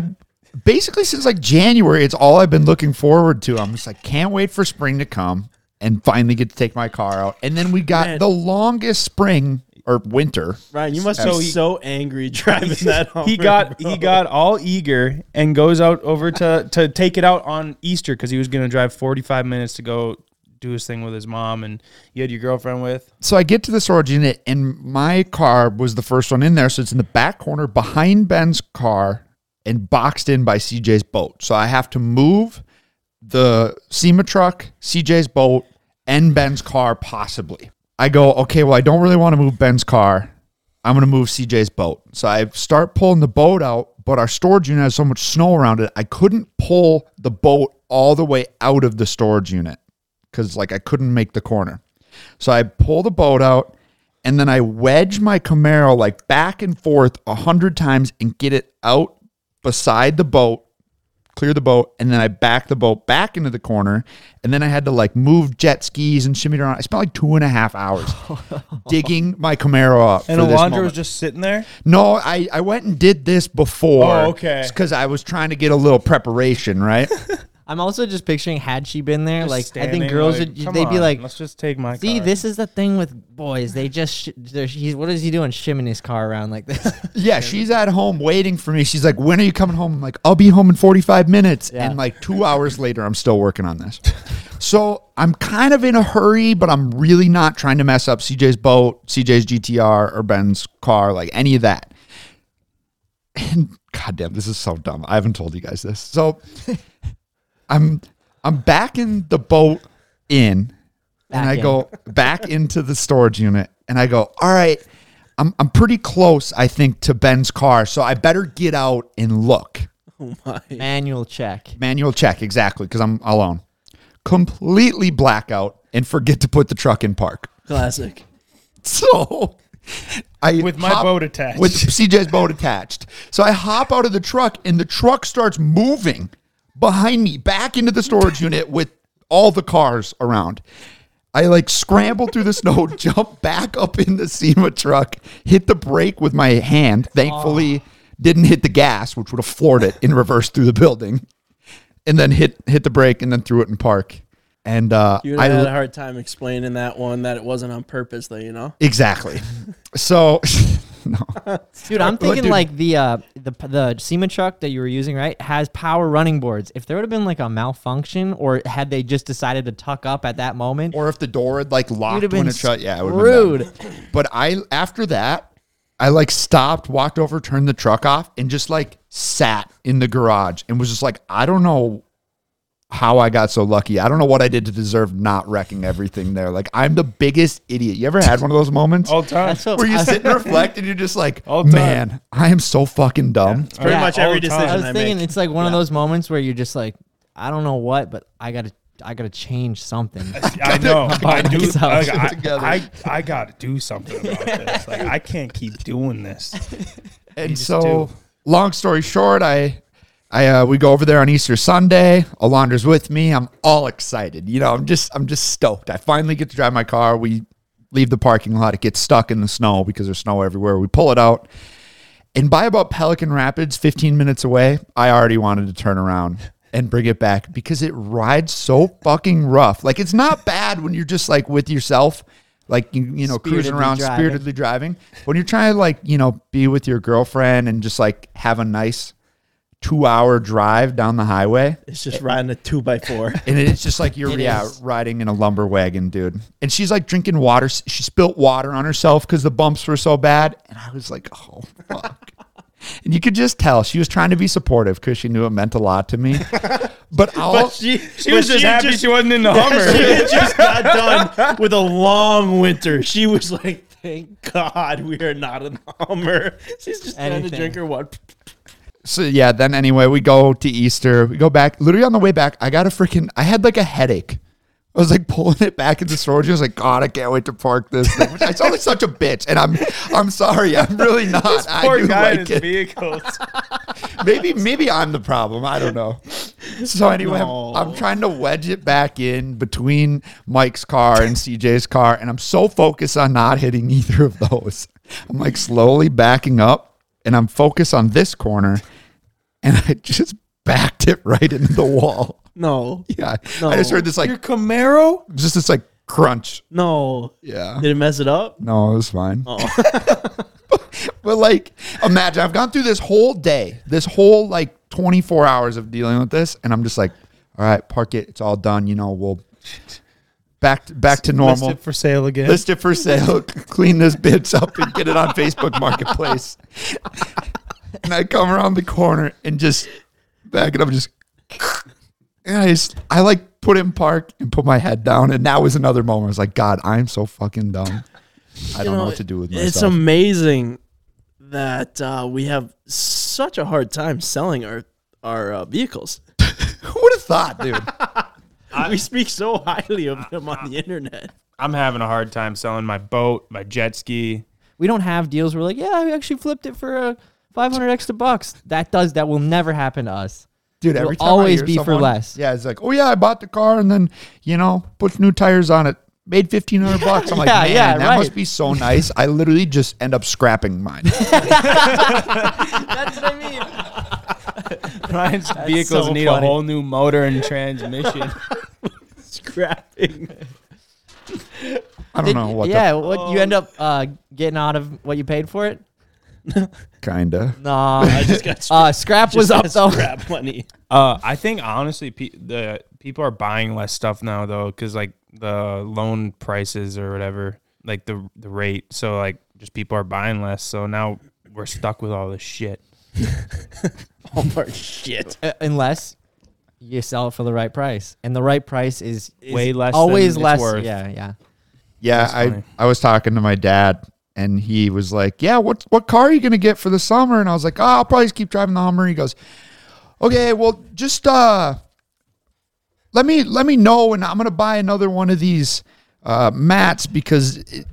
Speaker 4: basically since like January, it's all I've been looking forward to. I'm just like, can't wait for spring to come and finally get to take my car out. And then we got the longest spring or winter.
Speaker 3: Ryan, you must
Speaker 1: So
Speaker 3: be
Speaker 1: he-
Speaker 3: so angry driving that home.
Speaker 1: he got he got all eager and goes out over to to take it out on Easter because he was going to drive 45 minutes to go do his thing with his mom and you had your girlfriend with
Speaker 4: So I get to this storage unit, and my car was the first one in there. So it's in the back corner behind Ben's car and boxed in by CJ's boat. So I have to move the SEMA truck, CJ's boat, and Ben's car possibly. I go, okay, well, I don't really want to move Ben's car. I'm going to move CJ's boat. So I start pulling the boat out, but our storage unit has so much snow around it, I couldn't pull the boat all the way out of the storage unit because, like, I couldn't make the corner. So I pull the boat out and then I wedge my Camaro like back and forth a hundred times and get it out beside the boat, clear the boat, and then I back the boat back into the corner. And then I had to like move jet skis and shimmy it around. I spent like two and a half hours digging my Camaro up.
Speaker 1: and
Speaker 4: for this
Speaker 1: Alondra was
Speaker 4: moment.
Speaker 1: just sitting there.
Speaker 4: No, I, I went and did this before.
Speaker 1: Oh, okay.
Speaker 4: Because I was trying to get a little preparation, right?
Speaker 2: I'm also just picturing had she been there,
Speaker 1: just
Speaker 2: like I
Speaker 1: standing,
Speaker 2: think girls
Speaker 1: like,
Speaker 2: would
Speaker 1: "Come
Speaker 2: they'd be
Speaker 1: on,
Speaker 2: like,
Speaker 1: let's just take my
Speaker 2: see,
Speaker 1: car."
Speaker 2: this is the thing with boys. They just sh- they're- he's what is he doing shimming his car around like this?
Speaker 4: Yeah, she's at home waiting for me. She's like, "When are you coming home?" I'm like, "I'll be home in 45 minutes."
Speaker 2: Yeah.
Speaker 4: And like 2 hours later, I'm still working on this. So, I'm kind of in a hurry, but I'm really not trying to mess up CJ's boat, CJ's GTR or Ben's car, like any of that. And goddamn, this is so dumb. I haven't told you guys this. So, I'm I'm backing the boat in
Speaker 2: Back
Speaker 4: and I
Speaker 2: in.
Speaker 4: go back into the storage unit and I go, all right, I'm, I'm pretty close, I think, to Ben's car. So I better get out and look.
Speaker 2: Manual check.
Speaker 4: Manual check, exactly, because I'm alone. Completely blackout and forget to put the truck in park.
Speaker 3: classic.
Speaker 4: So I
Speaker 1: With my boat attached.
Speaker 4: With CJ's boat attached. So I hop out of the truck and the truck starts moving behind me back into the storage unit with all the cars around. I like scramble through the snow, jump back up in the SEMA truck, hit the brake with my hand. Thankfully, didn't hit the gas, which would have floored it in reverse through the building, and then hit hit the brake and then threw it in park. And uh,
Speaker 3: You
Speaker 4: I
Speaker 3: had
Speaker 4: l-
Speaker 3: a hard time explaining that one that it wasn't on purpose, though. You know,
Speaker 4: exactly. So no.
Speaker 2: Dude, I'm thinking
Speaker 4: dude.
Speaker 2: like the uh the the SEMA truck that you were using, right, has power running boards. If there would have been like a malfunction, or had they just decided to tuck up at that moment,
Speaker 4: or if the door had like locked
Speaker 2: You'd have
Speaker 4: when
Speaker 2: been
Speaker 4: it shut. Yeah, it would
Speaker 2: screwed.
Speaker 4: But I after that, I like stopped, walked over, turned the truck off, and just like sat in the garage and was just like, I don't know how I got so lucky. I don't know what I did to deserve not wrecking everything there. Like I'm the biggest idiot. You ever had one of those moments?
Speaker 1: All time.
Speaker 2: that's what
Speaker 4: where you
Speaker 2: I was-
Speaker 4: sit and reflect and you're just like,
Speaker 1: All time.
Speaker 4: man, I am so fucking dumb.
Speaker 3: pretty
Speaker 2: Yeah,
Speaker 3: much
Speaker 1: all
Speaker 3: every
Speaker 1: the time.
Speaker 3: decision
Speaker 2: I
Speaker 3: I,
Speaker 2: was thinking
Speaker 3: make.
Speaker 2: it's like one of those moments where you're just like, I don't know what, but I gotta I gotta change something.
Speaker 1: I know. I do.
Speaker 2: myself.
Speaker 1: Like, I,
Speaker 4: Together.
Speaker 1: I, I got to do something about this. Like I can't keep doing this.
Speaker 4: and so long story short i i uh, we go over there on easter sunday alondra's with me i'm all excited you know i'm just i'm just stoked i finally get to drive my car we leave the parking lot it gets stuck in the snow because there's snow everywhere we pull it out and by about pelican rapids 15 minutes away i already wanted to turn around and bring it back because it rides so fucking rough like it's not bad when you're just like with yourself like you, you know cruising
Speaker 2: Spiritedly driving.
Speaker 4: around spirited specifically driving when you're trying to like you know be with your girlfriend and just like have a nice two hour drive down the highway
Speaker 3: It's just riding a two by four.
Speaker 4: and it's just like you're yeah, riding in a lumber wagon dude and she's like drinking water she spilt water on herself because the bumps were so bad and i was like oh fuck and you could just tell she was trying to be supportive because she knew it meant a lot to me but i'll
Speaker 3: She,
Speaker 1: She was
Speaker 3: but
Speaker 1: just happy she wasn't in the Hummer.
Speaker 3: she had just got done with a long winter. She was like, "Thank God we are not in the Hummer." She's just trying to
Speaker 2: Anything.
Speaker 3: drink her what?
Speaker 4: So yeah, then anyway, we go to Easter. We go back. Literally on the way back, I got a freaking. I had like a headache. I was like pulling it back into storage. I was like, God, I can't wait to park this thing. Which I sound like such a bitch, and I'm, I'm sorry, I'm really not. I
Speaker 1: Poor
Speaker 4: do
Speaker 1: guy in
Speaker 4: like
Speaker 1: his
Speaker 4: it.
Speaker 1: vehicles.
Speaker 4: Maybe, maybe I'm the problem. I don't know. So anyway, I'm- I'm, trying to wedge it back in between Mike's car and CJ's car, and I'm so focused on not hitting either of those. I'm like slowly backing up, and I'm focused on this corner, and I just backed it right into the wall.
Speaker 3: No,
Speaker 4: Yeah, I just heard this like
Speaker 1: Camaro.
Speaker 4: just this like crunch.
Speaker 3: No.
Speaker 4: Yeah.
Speaker 3: Did it mess it up?
Speaker 4: No, it was fine.
Speaker 3: Oh.
Speaker 4: But like, imagine I've gone through this whole day, this whole like 24 hours of dealing with this, and I'm just like, all right, park it. It's all done. You know, we'll back to, back to normal.
Speaker 1: Listed for sale again.
Speaker 4: List it for sale. Clean this bitch up and get it on Facebook Marketplace. and I come around the corner and just back it up, just and I just I like put in park and put my head down, and that was another moment. I was like, God, I'm so fucking dumb. I don't know, what to do with myself.
Speaker 3: It's amazing that uh, we have such a hard time selling our our uh, vehicles.
Speaker 4: Who would have thought, dude?
Speaker 3: we speak so highly of them on the internet.
Speaker 1: I'm having a hard time selling my boat, my jet ski.
Speaker 2: We don't have deals. Where we're like, yeah, we actually flipped it for uh, 500 extra bucks. That does that will never happen to us.
Speaker 4: Dude,
Speaker 2: It'll
Speaker 4: every time I
Speaker 2: always
Speaker 4: hear
Speaker 2: be for
Speaker 4: someone-
Speaker 2: less.
Speaker 4: Yeah, it's like, oh yeah, I bought the car and then you know put new tires on it, made fifteen hundred bucks. I'm like,
Speaker 2: Yeah,
Speaker 4: man,
Speaker 2: yeah,
Speaker 4: that must
Speaker 2: right.
Speaker 4: be so nice. I literally just end up scrapping mine.
Speaker 2: That's what I mean.
Speaker 1: Ryan's vehicles
Speaker 3: so
Speaker 1: need
Speaker 3: funny.
Speaker 1: a whole new motor and transmission.
Speaker 3: Scrapping.
Speaker 4: I don't know what. the
Speaker 2: yeah, what you end up uh, getting out of what you paid for it?
Speaker 4: Kinda.
Speaker 2: Nah.
Speaker 3: I just got scrap,
Speaker 2: uh, scrap was
Speaker 3: just
Speaker 2: up though.
Speaker 3: got scrap money.
Speaker 1: Uh, I think honestly, pe- the people are buying less stuff now though, because like the loan prices or whatever, like the the rate. So like, just people are buying less. So now we're stuck with all this shit.
Speaker 3: All of our shit.
Speaker 2: Uh, unless you sell it for the right price, and the right price is, is
Speaker 1: Way less than
Speaker 2: Always
Speaker 1: it's
Speaker 2: less.
Speaker 1: worth.
Speaker 2: Yeah, yeah.
Speaker 4: Yeah,
Speaker 1: That's
Speaker 4: I
Speaker 1: funny.
Speaker 4: I was talking to my dad and he was like, "Yeah, what what car are you gonna get for the summer?" And I was like, "Oh, I'll probably just keep driving the Hummer." He goes, "Okay, well, just uh, let me let me know, and I'm gonna buy another one of these." Uh, mats because it,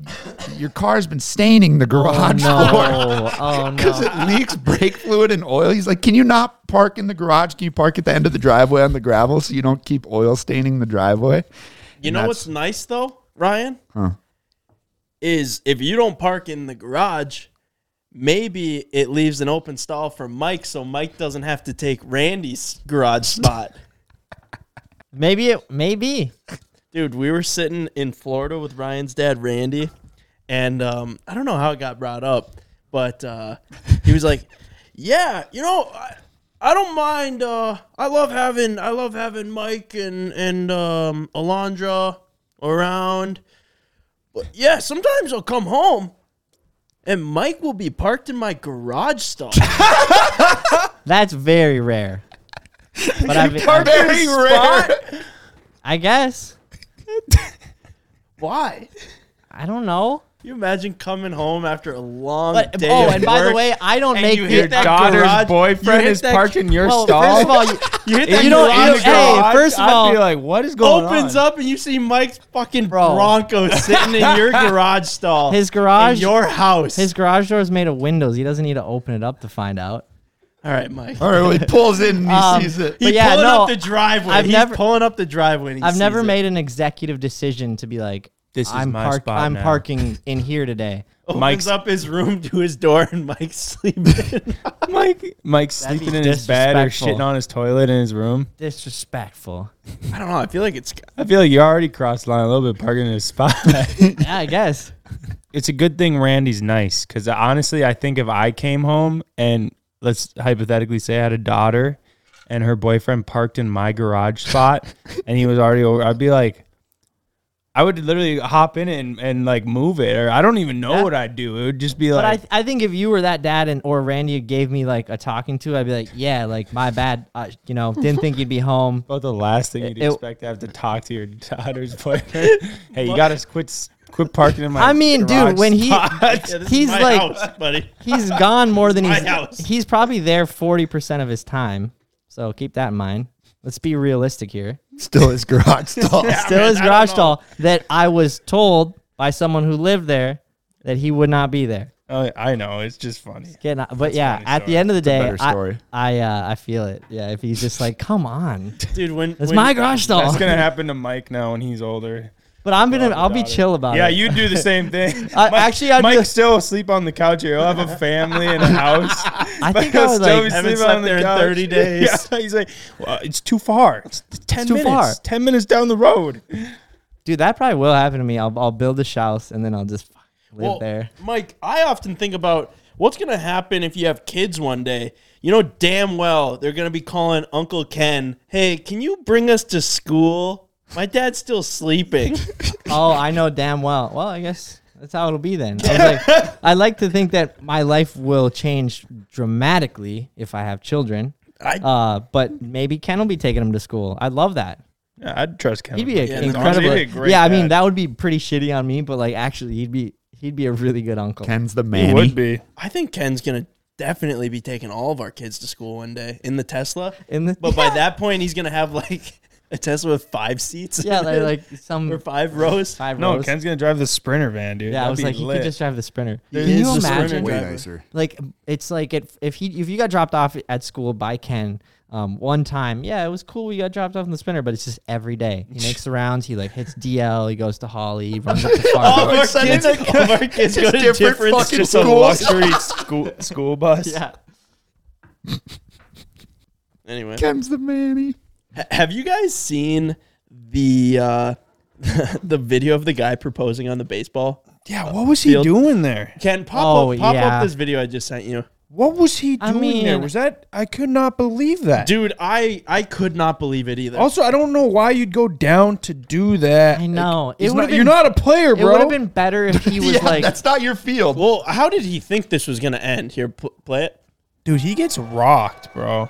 Speaker 4: your car's been staining the garage floor
Speaker 2: No. Oh
Speaker 4: because
Speaker 2: no.
Speaker 4: it leaks brake fluid and oil. He's like, "Can you not park in the garage? Can you park at the end of the driveway on the gravel so you don't keep oil staining the driveway?"
Speaker 3: You
Speaker 4: And
Speaker 3: know
Speaker 4: that's-
Speaker 3: what's nice though, Ryan?
Speaker 4: Huh.
Speaker 3: Is if you don't park in the garage, maybe it leaves an open stall for Mike, so Mike doesn't have to take Randy's garage spot.
Speaker 2: Maybe it. Maybe.
Speaker 3: Dude, we were sitting in Florida with Ryan's dad, Randy, and um, I don't know how it got brought up, but uh, he was like, "Yeah, you know, I, I don't mind. Uh, I love having I love having Mike and and um, Alondra around, but yeah, sometimes I'll come home." And Mike will be parked in my garage stall.
Speaker 2: That's very rare. But I've,
Speaker 4: Very rare.
Speaker 2: I guess
Speaker 3: Why?
Speaker 2: I don't know.
Speaker 3: You imagine coming home after a long
Speaker 2: But
Speaker 3: day.
Speaker 2: oh,
Speaker 3: of
Speaker 2: and by the
Speaker 3: work?
Speaker 2: way, I don't
Speaker 1: And
Speaker 2: make
Speaker 1: you
Speaker 2: the-
Speaker 1: hear
Speaker 3: that
Speaker 1: daughter's
Speaker 3: garage- you
Speaker 1: boyfriend
Speaker 3: hit
Speaker 1: is
Speaker 3: that-
Speaker 1: parked in your
Speaker 2: well,
Speaker 1: stall.
Speaker 2: first of all, you,
Speaker 3: you hit
Speaker 1: If
Speaker 3: that
Speaker 2: you don't-
Speaker 3: garage
Speaker 2: you- hey,
Speaker 3: door,
Speaker 2: first of
Speaker 1: I'd
Speaker 2: all,
Speaker 1: be like, what is going
Speaker 3: opens
Speaker 1: on?
Speaker 3: up and you see Mike's fucking
Speaker 2: Bro.
Speaker 3: Bronco sitting in your garage stall.
Speaker 2: His garage-
Speaker 3: in your house.
Speaker 2: his garage door is made of windows. He doesn't need to open it up to find out.
Speaker 3: All right, Mike.
Speaker 4: All right, well, he pulls in and he
Speaker 2: Um,
Speaker 4: sees it.
Speaker 3: He's
Speaker 2: But yeah,
Speaker 3: pulling
Speaker 2: no,
Speaker 3: up the driveway.
Speaker 2: I've
Speaker 3: He's
Speaker 2: never-
Speaker 3: pulling up the driveway. and he
Speaker 2: I've
Speaker 3: sees
Speaker 2: never
Speaker 3: it.
Speaker 2: made an executive decision to be like,
Speaker 1: This is
Speaker 2: I'm
Speaker 1: my
Speaker 2: park-
Speaker 1: spot
Speaker 2: I'm
Speaker 1: now.
Speaker 2: parking in here today.
Speaker 3: Opens
Speaker 1: Mike's-
Speaker 3: up his room to his door, and Mike's sleeping.
Speaker 1: Mike, Mike's
Speaker 2: That'd be
Speaker 1: sleeping in his bed or
Speaker 2: disrespectful.
Speaker 1: shitting on his toilet in his room.
Speaker 2: Disrespectful.
Speaker 3: I don't know. I feel like it's.
Speaker 1: I feel like you already crossed the line a little bit parking in his spot.
Speaker 2: Yeah, I guess.
Speaker 1: it's a good thing Randy's nice because honestly, I think if I came home and let's hypothetically say I had a daughter and her boyfriend parked in my garage spot and he was already over, I'd be like, I would literally hop in it and, and like move it, or I don't even know what I'd do. It would just be
Speaker 2: But I,
Speaker 1: like,
Speaker 2: th- I think if you were that dad and or Randy gave me like a talking to, I'd be like, yeah, like my bad. I, you know, didn't think you'd be home.
Speaker 1: about the last thing you'd
Speaker 2: It-
Speaker 1: expect to have to talk to your daughter's boyfriend. hey, you gotta quit s- quit parking in my.
Speaker 2: I mean, dude,
Speaker 1: garage
Speaker 2: when he-
Speaker 1: spot.
Speaker 3: Yeah, this
Speaker 2: He's
Speaker 3: is my
Speaker 2: like-
Speaker 3: house, buddy.
Speaker 2: He's gone more than
Speaker 3: My
Speaker 2: he's.
Speaker 3: house.
Speaker 2: He's probably there forty percent of his time. So keep that in mind. Let's be realistic here.
Speaker 4: Still his garage
Speaker 2: Still
Speaker 4: stall.
Speaker 3: man,
Speaker 2: his
Speaker 3: I don't
Speaker 2: garage
Speaker 3: know.
Speaker 2: stall that I was told by someone who lived there that he would not be there.
Speaker 1: Oh, I know it's just funny.
Speaker 2: Getting, but yeah,
Speaker 1: funny
Speaker 2: at
Speaker 1: story.
Speaker 2: the end of the day,
Speaker 4: better story.
Speaker 2: I I, uh, I feel it. Yeah, if he's just like, come on,
Speaker 3: Dude, when
Speaker 2: it's
Speaker 3: when-
Speaker 2: my garage stall.
Speaker 1: That's gonna happen to Mike now when he's older.
Speaker 2: But I'm gonna, I'll be
Speaker 1: Daughter.
Speaker 2: chill about
Speaker 1: yeah,
Speaker 2: it.
Speaker 1: you do the same thing.
Speaker 2: I- actually, I'd be
Speaker 1: Mike
Speaker 2: like-
Speaker 1: still will sleep on the couch here. He'll have a family and a house.
Speaker 2: I
Speaker 1: But
Speaker 2: think I
Speaker 1: he'll
Speaker 2: would
Speaker 1: still be
Speaker 2: like.
Speaker 3: Haven't
Speaker 1: sleeping on
Speaker 3: slept
Speaker 1: the
Speaker 3: there in
Speaker 1: couch.
Speaker 3: 30 days.
Speaker 2: Uh,
Speaker 1: Yeah, he's like, well, it's too far. It's, it's ten
Speaker 2: too
Speaker 1: minutes.
Speaker 2: far.
Speaker 1: Ten minutes down the road.
Speaker 2: Dude, that probably will happen to me. I'll, I'll build a house and then I'll just fuck, live
Speaker 3: Well,
Speaker 2: there.
Speaker 3: Mike, I often think about what's going to happen if you have kids one day. You know damn well they're going to be calling Uncle Ken, "Hey, can you bring us to school? My dad's still sleeping."
Speaker 2: Oh, I know damn well. Well, I guess that's how it'll be then. I, was like, I like to think that my life will change dramatically if I have children.
Speaker 3: I-
Speaker 2: uh, but maybe Ken will be taking him to school. I love that.
Speaker 1: Yeah, I'd trust Kevin.
Speaker 2: He'd be a,
Speaker 3: Yeah, that's awesome.
Speaker 2: incredible.
Speaker 1: He'd be a great
Speaker 2: yeah, I mean
Speaker 1: dad.
Speaker 2: that would be pretty shitty on me, but like actually, he'd be he'd be a really good uncle.
Speaker 4: Ken's the
Speaker 1: He
Speaker 4: man.
Speaker 1: would be.
Speaker 3: I think Ken's going to definitely be taking all of our kids to school one day in the Tesla.
Speaker 2: In the-
Speaker 3: but by that point he's going to have like a Tesla with 5 seats.
Speaker 2: yeah,
Speaker 3: in
Speaker 2: like,
Speaker 3: it,
Speaker 2: like some
Speaker 3: or 5 rows.
Speaker 2: five
Speaker 1: No,
Speaker 2: rows.
Speaker 1: Ken's gonna drive the Sprinter van, dude.
Speaker 2: yeah, I
Speaker 1: That'd
Speaker 2: was
Speaker 1: be
Speaker 2: like he
Speaker 1: lit.
Speaker 2: could just drive the sprinter.
Speaker 3: There
Speaker 2: Can
Speaker 3: is
Speaker 2: you
Speaker 3: the Sprinter
Speaker 2: imagine?
Speaker 5: Way
Speaker 3: driver.
Speaker 5: nicer.
Speaker 2: like it's like it, if he if you got dropped off at school by Ken um, one time, yeah, it was cool. You got dropped off in the sprinter, but it's just every day. He makes the rounds. He like hits DL. He goes to Holly. He runs up to
Speaker 1: Oh,
Speaker 3: All of,
Speaker 2: Fargo.
Speaker 3: our kids, all of our kids go to different,
Speaker 4: different fucking
Speaker 1: Just
Speaker 3: schools.
Speaker 1: a
Speaker 4: schools.
Speaker 1: luxury school school bus.
Speaker 2: yeah.
Speaker 3: Anyway.
Speaker 4: Ken's the manny.
Speaker 3: Ha- Have you guys seen the uh, the video of the guy proposing on the baseball?
Speaker 1: Yeah, what was he
Speaker 3: Field-
Speaker 1: doing there?
Speaker 3: Ken, pop
Speaker 2: Oh,
Speaker 3: up, pop
Speaker 2: yeah.
Speaker 3: up this video I just sent you,
Speaker 1: What was he
Speaker 2: I
Speaker 1: doing there?
Speaker 2: mean-
Speaker 1: Was that I could not believe that.
Speaker 3: dude. I I could not believe it either.
Speaker 1: Also, I don't know why you'd go down to do that.
Speaker 2: I know.
Speaker 1: He's
Speaker 2: It
Speaker 1: not-
Speaker 2: would've
Speaker 1: you're
Speaker 2: been-
Speaker 1: not a player,
Speaker 2: It
Speaker 1: bro.
Speaker 2: would have been better if he was
Speaker 4: Yeah,
Speaker 2: like.
Speaker 4: that's not your field.
Speaker 3: well, how did he think this was gonna end? Here, pl- play it.
Speaker 1: dude, he gets rocked, bro.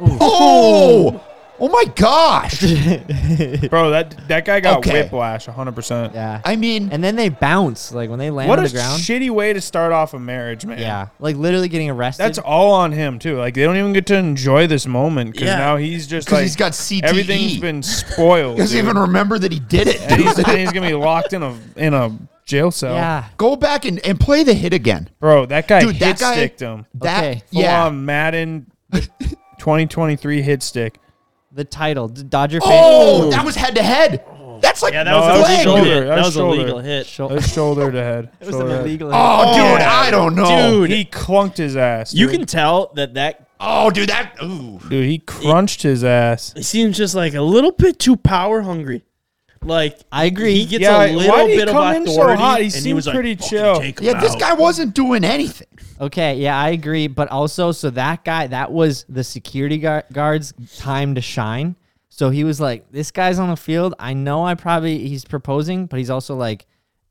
Speaker 4: Oh, oh my gosh.
Speaker 1: Bro, that that guy got
Speaker 4: Okay.
Speaker 1: whiplash 100%.
Speaker 2: yeah.
Speaker 4: I mean,
Speaker 2: and then they bounce like when they land
Speaker 1: What
Speaker 2: on
Speaker 1: a
Speaker 2: the ground.
Speaker 1: shitty way to start off a marriage, man.
Speaker 2: yeah, like literally getting arrested.
Speaker 1: That's all on him too. Like they don't even get to enjoy this moment because
Speaker 3: Yeah.
Speaker 1: now he's just
Speaker 4: 'Cause
Speaker 1: like
Speaker 4: he's got E. CTE.
Speaker 1: Everything's been spoiled.
Speaker 4: he doesn't
Speaker 1: dude.
Speaker 4: even remember that he did it.
Speaker 1: and,
Speaker 4: dude.
Speaker 1: he's, and he's gonna be locked in a in a jail cell.
Speaker 2: yeah.
Speaker 4: Go back and, and play the hit again.
Speaker 1: bro, that guy
Speaker 4: Dude,
Speaker 1: hit
Speaker 4: that guy.
Speaker 1: sticked him.
Speaker 4: That,
Speaker 2: Okay.
Speaker 1: Full
Speaker 4: Yeah.
Speaker 1: on Madden 2023 hit stick.
Speaker 2: The title, D- Dodger
Speaker 4: Oh,
Speaker 2: fan.
Speaker 4: that was head to head. That's like
Speaker 3: Yeah, that
Speaker 1: No,
Speaker 3: was
Speaker 1: that was
Speaker 3: a legal
Speaker 1: shoulder.
Speaker 3: hit.
Speaker 1: That
Speaker 3: That
Speaker 1: was
Speaker 3: was a
Speaker 1: shoulder.
Speaker 3: legal hit.
Speaker 2: Shul-
Speaker 1: That was shoulder to head.
Speaker 2: it was an
Speaker 1: Shoulder to head.
Speaker 2: illegal.
Speaker 4: Oh, dude,
Speaker 3: yeah.
Speaker 4: I don't know.
Speaker 3: Dude,
Speaker 1: He clunked his ass.
Speaker 3: you
Speaker 1: dude.
Speaker 3: can tell that that
Speaker 4: Oh, dude, that. Ooh.
Speaker 1: dude. He crunched his ass.
Speaker 3: he seems just like a little bit too power hungry. Like
Speaker 2: I agree.
Speaker 3: He gets
Speaker 1: Yeah,
Speaker 3: a little
Speaker 1: why did he
Speaker 3: bit of
Speaker 1: come in
Speaker 3: authority.
Speaker 1: so hot? He
Speaker 3: and
Speaker 1: seemed
Speaker 3: was like,
Speaker 1: pretty
Speaker 3: "Fucking
Speaker 1: chill."
Speaker 3: take him
Speaker 4: Yeah, this
Speaker 3: out."
Speaker 4: guy wasn't doing anything.
Speaker 2: Okay, yeah, I agree. But also, so that guy, that was the security guard, guard's time to shine. So he was like, this guy's on the field. I know I probably, he's proposing, but he's also like,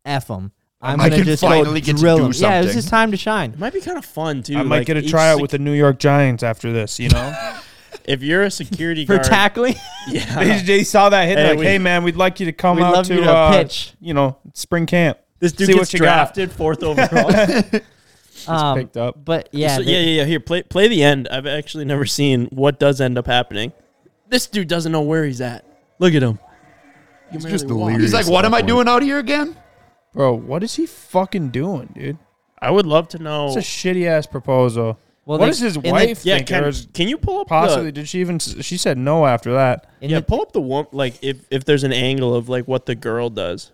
Speaker 2: F him. I'm
Speaker 4: I
Speaker 2: going to
Speaker 4: can
Speaker 2: just
Speaker 4: finally
Speaker 2: go
Speaker 4: get to
Speaker 2: drill
Speaker 4: do
Speaker 2: him. Yeah, it was
Speaker 4: something.
Speaker 2: his time to shine.
Speaker 3: It might be kind of fun too.
Speaker 1: I might
Speaker 3: like,
Speaker 1: get a
Speaker 3: each
Speaker 1: tryout
Speaker 3: sec-
Speaker 1: with the New York Giants after this. You know.
Speaker 3: If you're a security
Speaker 2: For
Speaker 3: guard,
Speaker 2: tackling?
Speaker 3: yeah,
Speaker 1: They, they saw that hit.
Speaker 3: Hey,
Speaker 1: Hey, like,
Speaker 3: we-
Speaker 1: hey man, we'd like you to come
Speaker 2: We'd
Speaker 1: out
Speaker 2: love
Speaker 1: to,
Speaker 2: you to
Speaker 1: uh,
Speaker 2: pitch."
Speaker 1: You know, spring camp.
Speaker 3: This dude
Speaker 1: See
Speaker 3: gets
Speaker 1: what you got.
Speaker 3: drafted fourth overall.
Speaker 2: Um,
Speaker 1: picked up.
Speaker 2: But yeah,
Speaker 3: So,
Speaker 2: they-
Speaker 3: yeah, yeah, yeah. Here, play play the end. I've actually never seen what does end up happening. This dude doesn't know where he's at. Look at him.
Speaker 5: He's just
Speaker 4: He's
Speaker 5: delirious.
Speaker 4: like,
Speaker 5: at
Speaker 4: what
Speaker 5: that
Speaker 4: am I
Speaker 5: point.
Speaker 4: doing out here again?
Speaker 1: Bro, what is he fucking doing, dude?
Speaker 3: I would love to know.
Speaker 1: It's a shitty ass proposal.
Speaker 2: Well,
Speaker 1: Well, what
Speaker 2: they-
Speaker 1: does his
Speaker 2: and they-
Speaker 1: wife
Speaker 3: yeah,
Speaker 1: think?
Speaker 3: can,
Speaker 1: or is-
Speaker 3: can you pull up
Speaker 1: possibly
Speaker 3: The,
Speaker 1: did she even? s- She said no after that.
Speaker 2: in
Speaker 3: yeah,
Speaker 2: the-
Speaker 3: pull up the one like if if there's an angle of like what the girl does.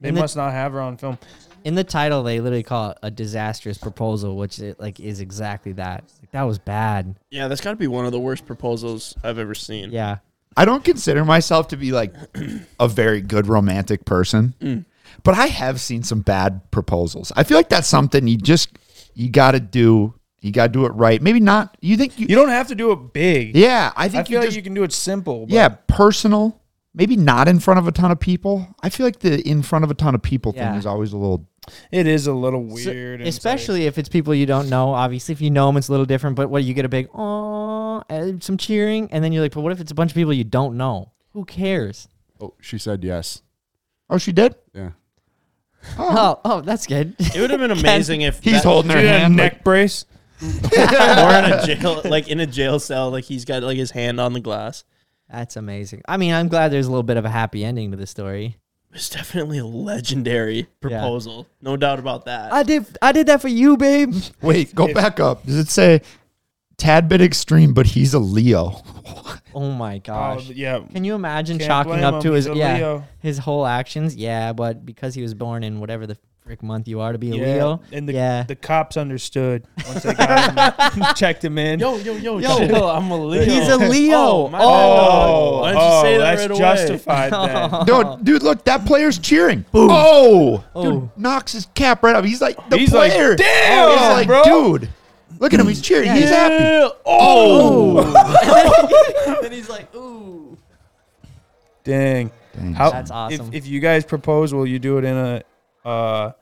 Speaker 1: They
Speaker 2: And the-
Speaker 1: must not have her on film.
Speaker 2: in the title they literally call it a disastrous proposal, which it like is exactly that. Like, that was bad.
Speaker 3: Yeah, that's got to be one of the worst proposals I've ever seen.
Speaker 2: Yeah.
Speaker 4: I don't consider myself to be like a very good romantic person,
Speaker 5: Mm.
Speaker 4: but I have seen some bad proposals. I feel like that's something you just you got to do. You got to do it right. Maybe not. You think you?
Speaker 1: You don't have to do it big.
Speaker 4: yeah, I
Speaker 1: I
Speaker 4: think
Speaker 1: feel
Speaker 4: you
Speaker 1: like
Speaker 4: just
Speaker 1: you can do it simple. But
Speaker 4: yeah personal. Maybe not in front of a ton of people. I feel like the in front of a ton of people
Speaker 2: Yeah.
Speaker 4: thing is always a little.
Speaker 1: it is a little
Speaker 2: So-
Speaker 1: weird. and it's like-
Speaker 2: especially if it's people you don't know. Obviously, if you know them, it's a little different. But what you get a big oh, some cheering, and then you're like, but what if it's a bunch of people you don't know? Who cares?
Speaker 5: Oh, she said yes.
Speaker 4: Oh, she did.
Speaker 5: Yeah.
Speaker 2: Oh, oh, that's good.
Speaker 3: It would have been amazing if
Speaker 4: He's
Speaker 3: that-
Speaker 4: holding her
Speaker 1: Dude, a
Speaker 4: hand.
Speaker 1: neck brace.
Speaker 3: or in a jail like in a jail cell like he's got like his hand on the glass.
Speaker 2: that's amazing. I mean, I'm glad there's a little bit of a happy ending to the story.
Speaker 3: It's definitely a legendary proposal, no doubt about that.
Speaker 2: I did, I did that for you, babe.
Speaker 4: like- Wait, go back up. Does it say tad bit extreme? But he's a Leo.
Speaker 2: Oh my
Speaker 1: Oh,
Speaker 2: gosh.
Speaker 1: yeah.
Speaker 2: Can you imagine
Speaker 1: Can't
Speaker 2: chalking
Speaker 1: blame
Speaker 2: up
Speaker 1: him.
Speaker 2: to
Speaker 1: He's
Speaker 2: his
Speaker 1: a
Speaker 2: yeah
Speaker 1: Leo.
Speaker 2: his whole actions? Yeah, but because he was born in whatever the prick month you are to be a
Speaker 1: Yeah,
Speaker 2: Leo.
Speaker 1: and the,
Speaker 2: yeah.
Speaker 1: the cops understood once they got him, checked him in.
Speaker 3: Yo, yo, yo,
Speaker 2: Yo.
Speaker 3: chill, I'm a Leo.
Speaker 2: He's a Leo.
Speaker 3: Oh, my
Speaker 1: oh,
Speaker 3: God. Why didn't you say
Speaker 1: oh,
Speaker 3: that
Speaker 1: that's
Speaker 3: right away?
Speaker 1: justified then.
Speaker 4: No, dude, look, that player's cheering. Oh, dude,
Speaker 2: Oh.
Speaker 4: knocks his cap right up. He's like the
Speaker 1: He's like,
Speaker 4: player.
Speaker 1: "Damn,
Speaker 4: He's like,
Speaker 1: bro."
Speaker 4: dude, look at him. He's cheering. He's happy.
Speaker 3: Yeah. Oh.
Speaker 2: then he's like, ooh.
Speaker 1: Dang. How,
Speaker 2: That's awesome.
Speaker 1: If, if you guys propose, will you do it in a uh,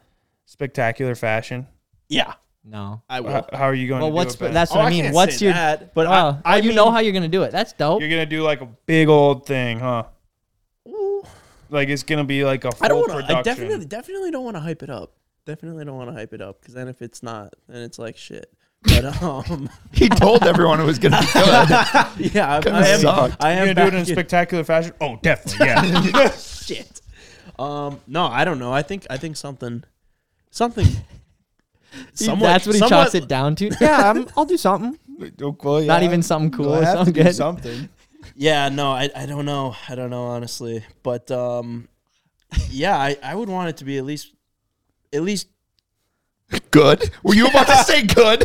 Speaker 1: spectacular fashion?
Speaker 3: Yeah,
Speaker 2: No.
Speaker 3: I will.
Speaker 1: How, how are you going
Speaker 2: Well,
Speaker 1: to
Speaker 2: what's
Speaker 1: do it? Ben?
Speaker 2: that's
Speaker 3: Oh,
Speaker 2: what
Speaker 3: I
Speaker 2: I mean.
Speaker 3: can't
Speaker 2: What's
Speaker 3: say
Speaker 2: your?
Speaker 3: that, but
Speaker 2: oh,
Speaker 3: I- I
Speaker 2: oh, you know
Speaker 3: mean-
Speaker 2: how you're gonna do it. That's dope.
Speaker 1: You're going to do like a big old thing, huh? Like it's going to be like a full
Speaker 3: I don't want to.
Speaker 1: production.
Speaker 3: I definitely, definitely don't want to hype it up. Definitely don't want to hype it up because then if it's not, then it's like shit. But um,
Speaker 4: He told everyone it was gonna be good.
Speaker 3: yeah, I,
Speaker 4: Kinda
Speaker 3: I am.
Speaker 4: sucked.
Speaker 3: I am
Speaker 1: You're going to do it in
Speaker 3: back-
Speaker 1: spectacular fashion? Oh, definitely. Yeah.
Speaker 3: shit. Um, no, I don't know. I think I think something, something. somewhat-
Speaker 2: that's what he
Speaker 3: somewhat-
Speaker 2: chops it down to. Yeah, I'm, I'll do something. Not even something cool. or something good.
Speaker 1: something.
Speaker 3: Yeah, no, I, I don't know. I don't know honestly, but um, yeah, I, I would want it to be at least, at least
Speaker 4: good. Were you about to say good?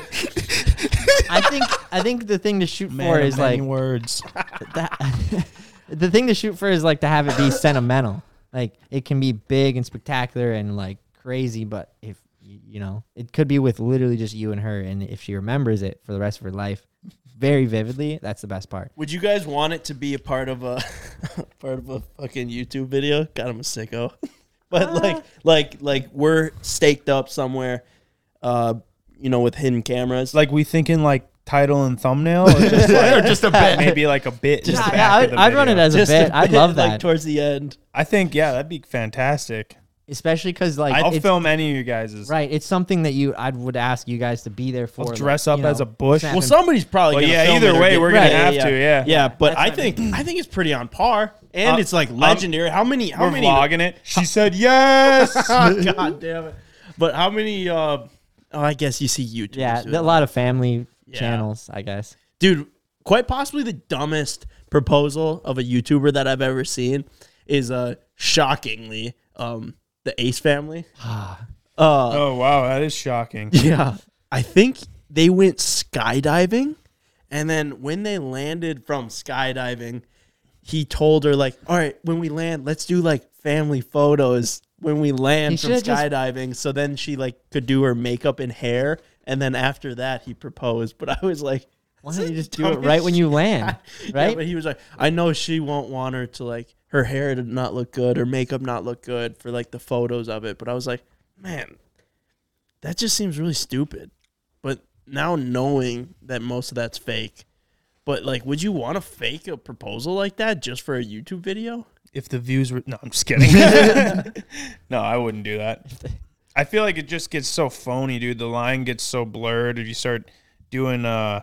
Speaker 2: I think. I think the thing to shoot for is like
Speaker 1: words.
Speaker 2: that, the thing to shoot for is like to have it be sentimental. Like it can be big and spectacular and like crazy, but if y- you know, it could be with literally just you and her, and if she remembers it for the rest of her life, very vividly, that's the best part.
Speaker 3: Would you guys want it to be a part of a part of a fucking YouTube video? God, I'm a sicko. but
Speaker 2: Uh.
Speaker 3: like, like, like we're staked up somewhere, uh, you know, with hidden cameras.
Speaker 1: Like we thinking like title and thumbnail or just like
Speaker 4: just a bit.
Speaker 1: maybe like a bit. in the
Speaker 2: Yeah,
Speaker 1: back
Speaker 2: yeah,
Speaker 1: of
Speaker 2: I'd,
Speaker 1: the
Speaker 2: I'd run it
Speaker 1: video.
Speaker 2: as a bit.
Speaker 3: Just a
Speaker 2: I'd love
Speaker 3: bit,
Speaker 2: that,
Speaker 3: Like towards the end.
Speaker 1: I think yeah, that'd be fantastic.
Speaker 2: especially because like
Speaker 1: I'll
Speaker 2: it's,
Speaker 1: film any of you guys'.
Speaker 2: Right, it's something that you I would ask you guys to be there for.
Speaker 1: I'll
Speaker 2: like,
Speaker 1: dress up
Speaker 2: you know,
Speaker 1: as a bush.
Speaker 2: snap
Speaker 3: Well,
Speaker 2: and-
Speaker 3: somebody's probably.
Speaker 1: Well,
Speaker 3: gonna
Speaker 1: yeah,
Speaker 3: film
Speaker 1: either
Speaker 3: it or
Speaker 1: way,
Speaker 3: get-
Speaker 1: we're gonna
Speaker 3: Right,
Speaker 1: have to, yeah.
Speaker 3: yeah. But I
Speaker 2: what I
Speaker 3: think I think it's pretty on par, and
Speaker 1: Uh,
Speaker 3: it's like
Speaker 1: I'm-
Speaker 3: legendary. how many? How
Speaker 1: We're
Speaker 3: many?
Speaker 1: vlogging it. She said yes.
Speaker 3: Oh, God damn it! But how many? uh Oh, I guess you see YouTube.
Speaker 2: yeah, a lot of family
Speaker 3: Yeah.
Speaker 2: channels, I guess.
Speaker 3: dude quite possibly the dumbest proposal of a youtuber that i've ever seen is uh shockingly um the ace family uh
Speaker 1: oh wow, that is shocking.
Speaker 3: yeah i think they went skydiving and then when they landed from skydiving he told her like all right when we land let's do like family photos when we
Speaker 2: He
Speaker 3: land from
Speaker 2: should've just-
Speaker 3: skydiving so then she like could do her makeup and hair and then after that he proposed but i was like
Speaker 2: Why don't you just do it
Speaker 3: dumbest
Speaker 2: right when you land,
Speaker 3: Yeah,
Speaker 2: right?
Speaker 3: but he was like, I know she won't want her to like her hair to not look good or makeup not look good for like the photos of it. But I was like, man, that just seems really stupid. But now knowing that most of that's fake, but like, would you want to fake a proposal like that just for a YouTube video?
Speaker 1: If the views were no, I'm just kidding. no, I wouldn't do that. I feel like it just gets so phony, dude. The line gets so blurred if you start doing uh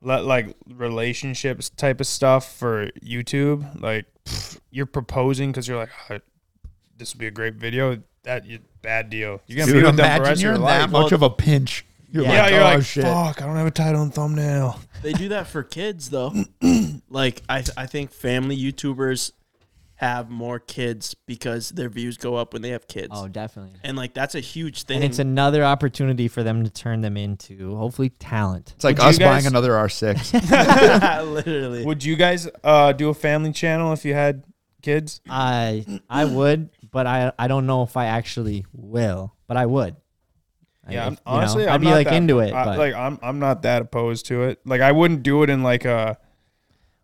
Speaker 1: le- like relationships type of stuff for YouTube. Like pfft, you're proposing because you're like, "Oh, this would be a great video. That you, bad deal. You're gonna
Speaker 4: Dude,
Speaker 1: be with them for the
Speaker 4: imagine
Speaker 1: rest of
Speaker 4: you're
Speaker 1: your
Speaker 4: in that
Speaker 1: life.
Speaker 4: much of a pinch. You're
Speaker 2: Yeah.
Speaker 1: yeah,
Speaker 4: like,
Speaker 1: you're
Speaker 4: oh,
Speaker 1: like,
Speaker 4: shit.
Speaker 1: fuck. I don't have a title and thumbnail.
Speaker 3: They do that for kids though. like, I I think family YouTubers have more kids because their views go up when they have kids.
Speaker 2: Oh, definitely.
Speaker 3: and like that's a huge thing.
Speaker 2: And it's another opportunity for them to turn them into hopefully talent.
Speaker 4: It's like
Speaker 1: Would you
Speaker 4: us
Speaker 1: guys-
Speaker 4: buying another R6.
Speaker 3: literally.
Speaker 1: Would you guys uh, do a family channel if you had kids?
Speaker 2: I I would, but I I don't know if I actually will, but I would. I-
Speaker 1: Yeah,
Speaker 2: if-
Speaker 1: I'm,
Speaker 2: you know,
Speaker 1: honestly,
Speaker 2: I'd
Speaker 1: I'm
Speaker 2: be
Speaker 1: not
Speaker 2: like
Speaker 1: that-
Speaker 2: into it.
Speaker 1: I-
Speaker 2: but
Speaker 1: like I'm, I'm not that opposed to it. Like I wouldn't do it in like a.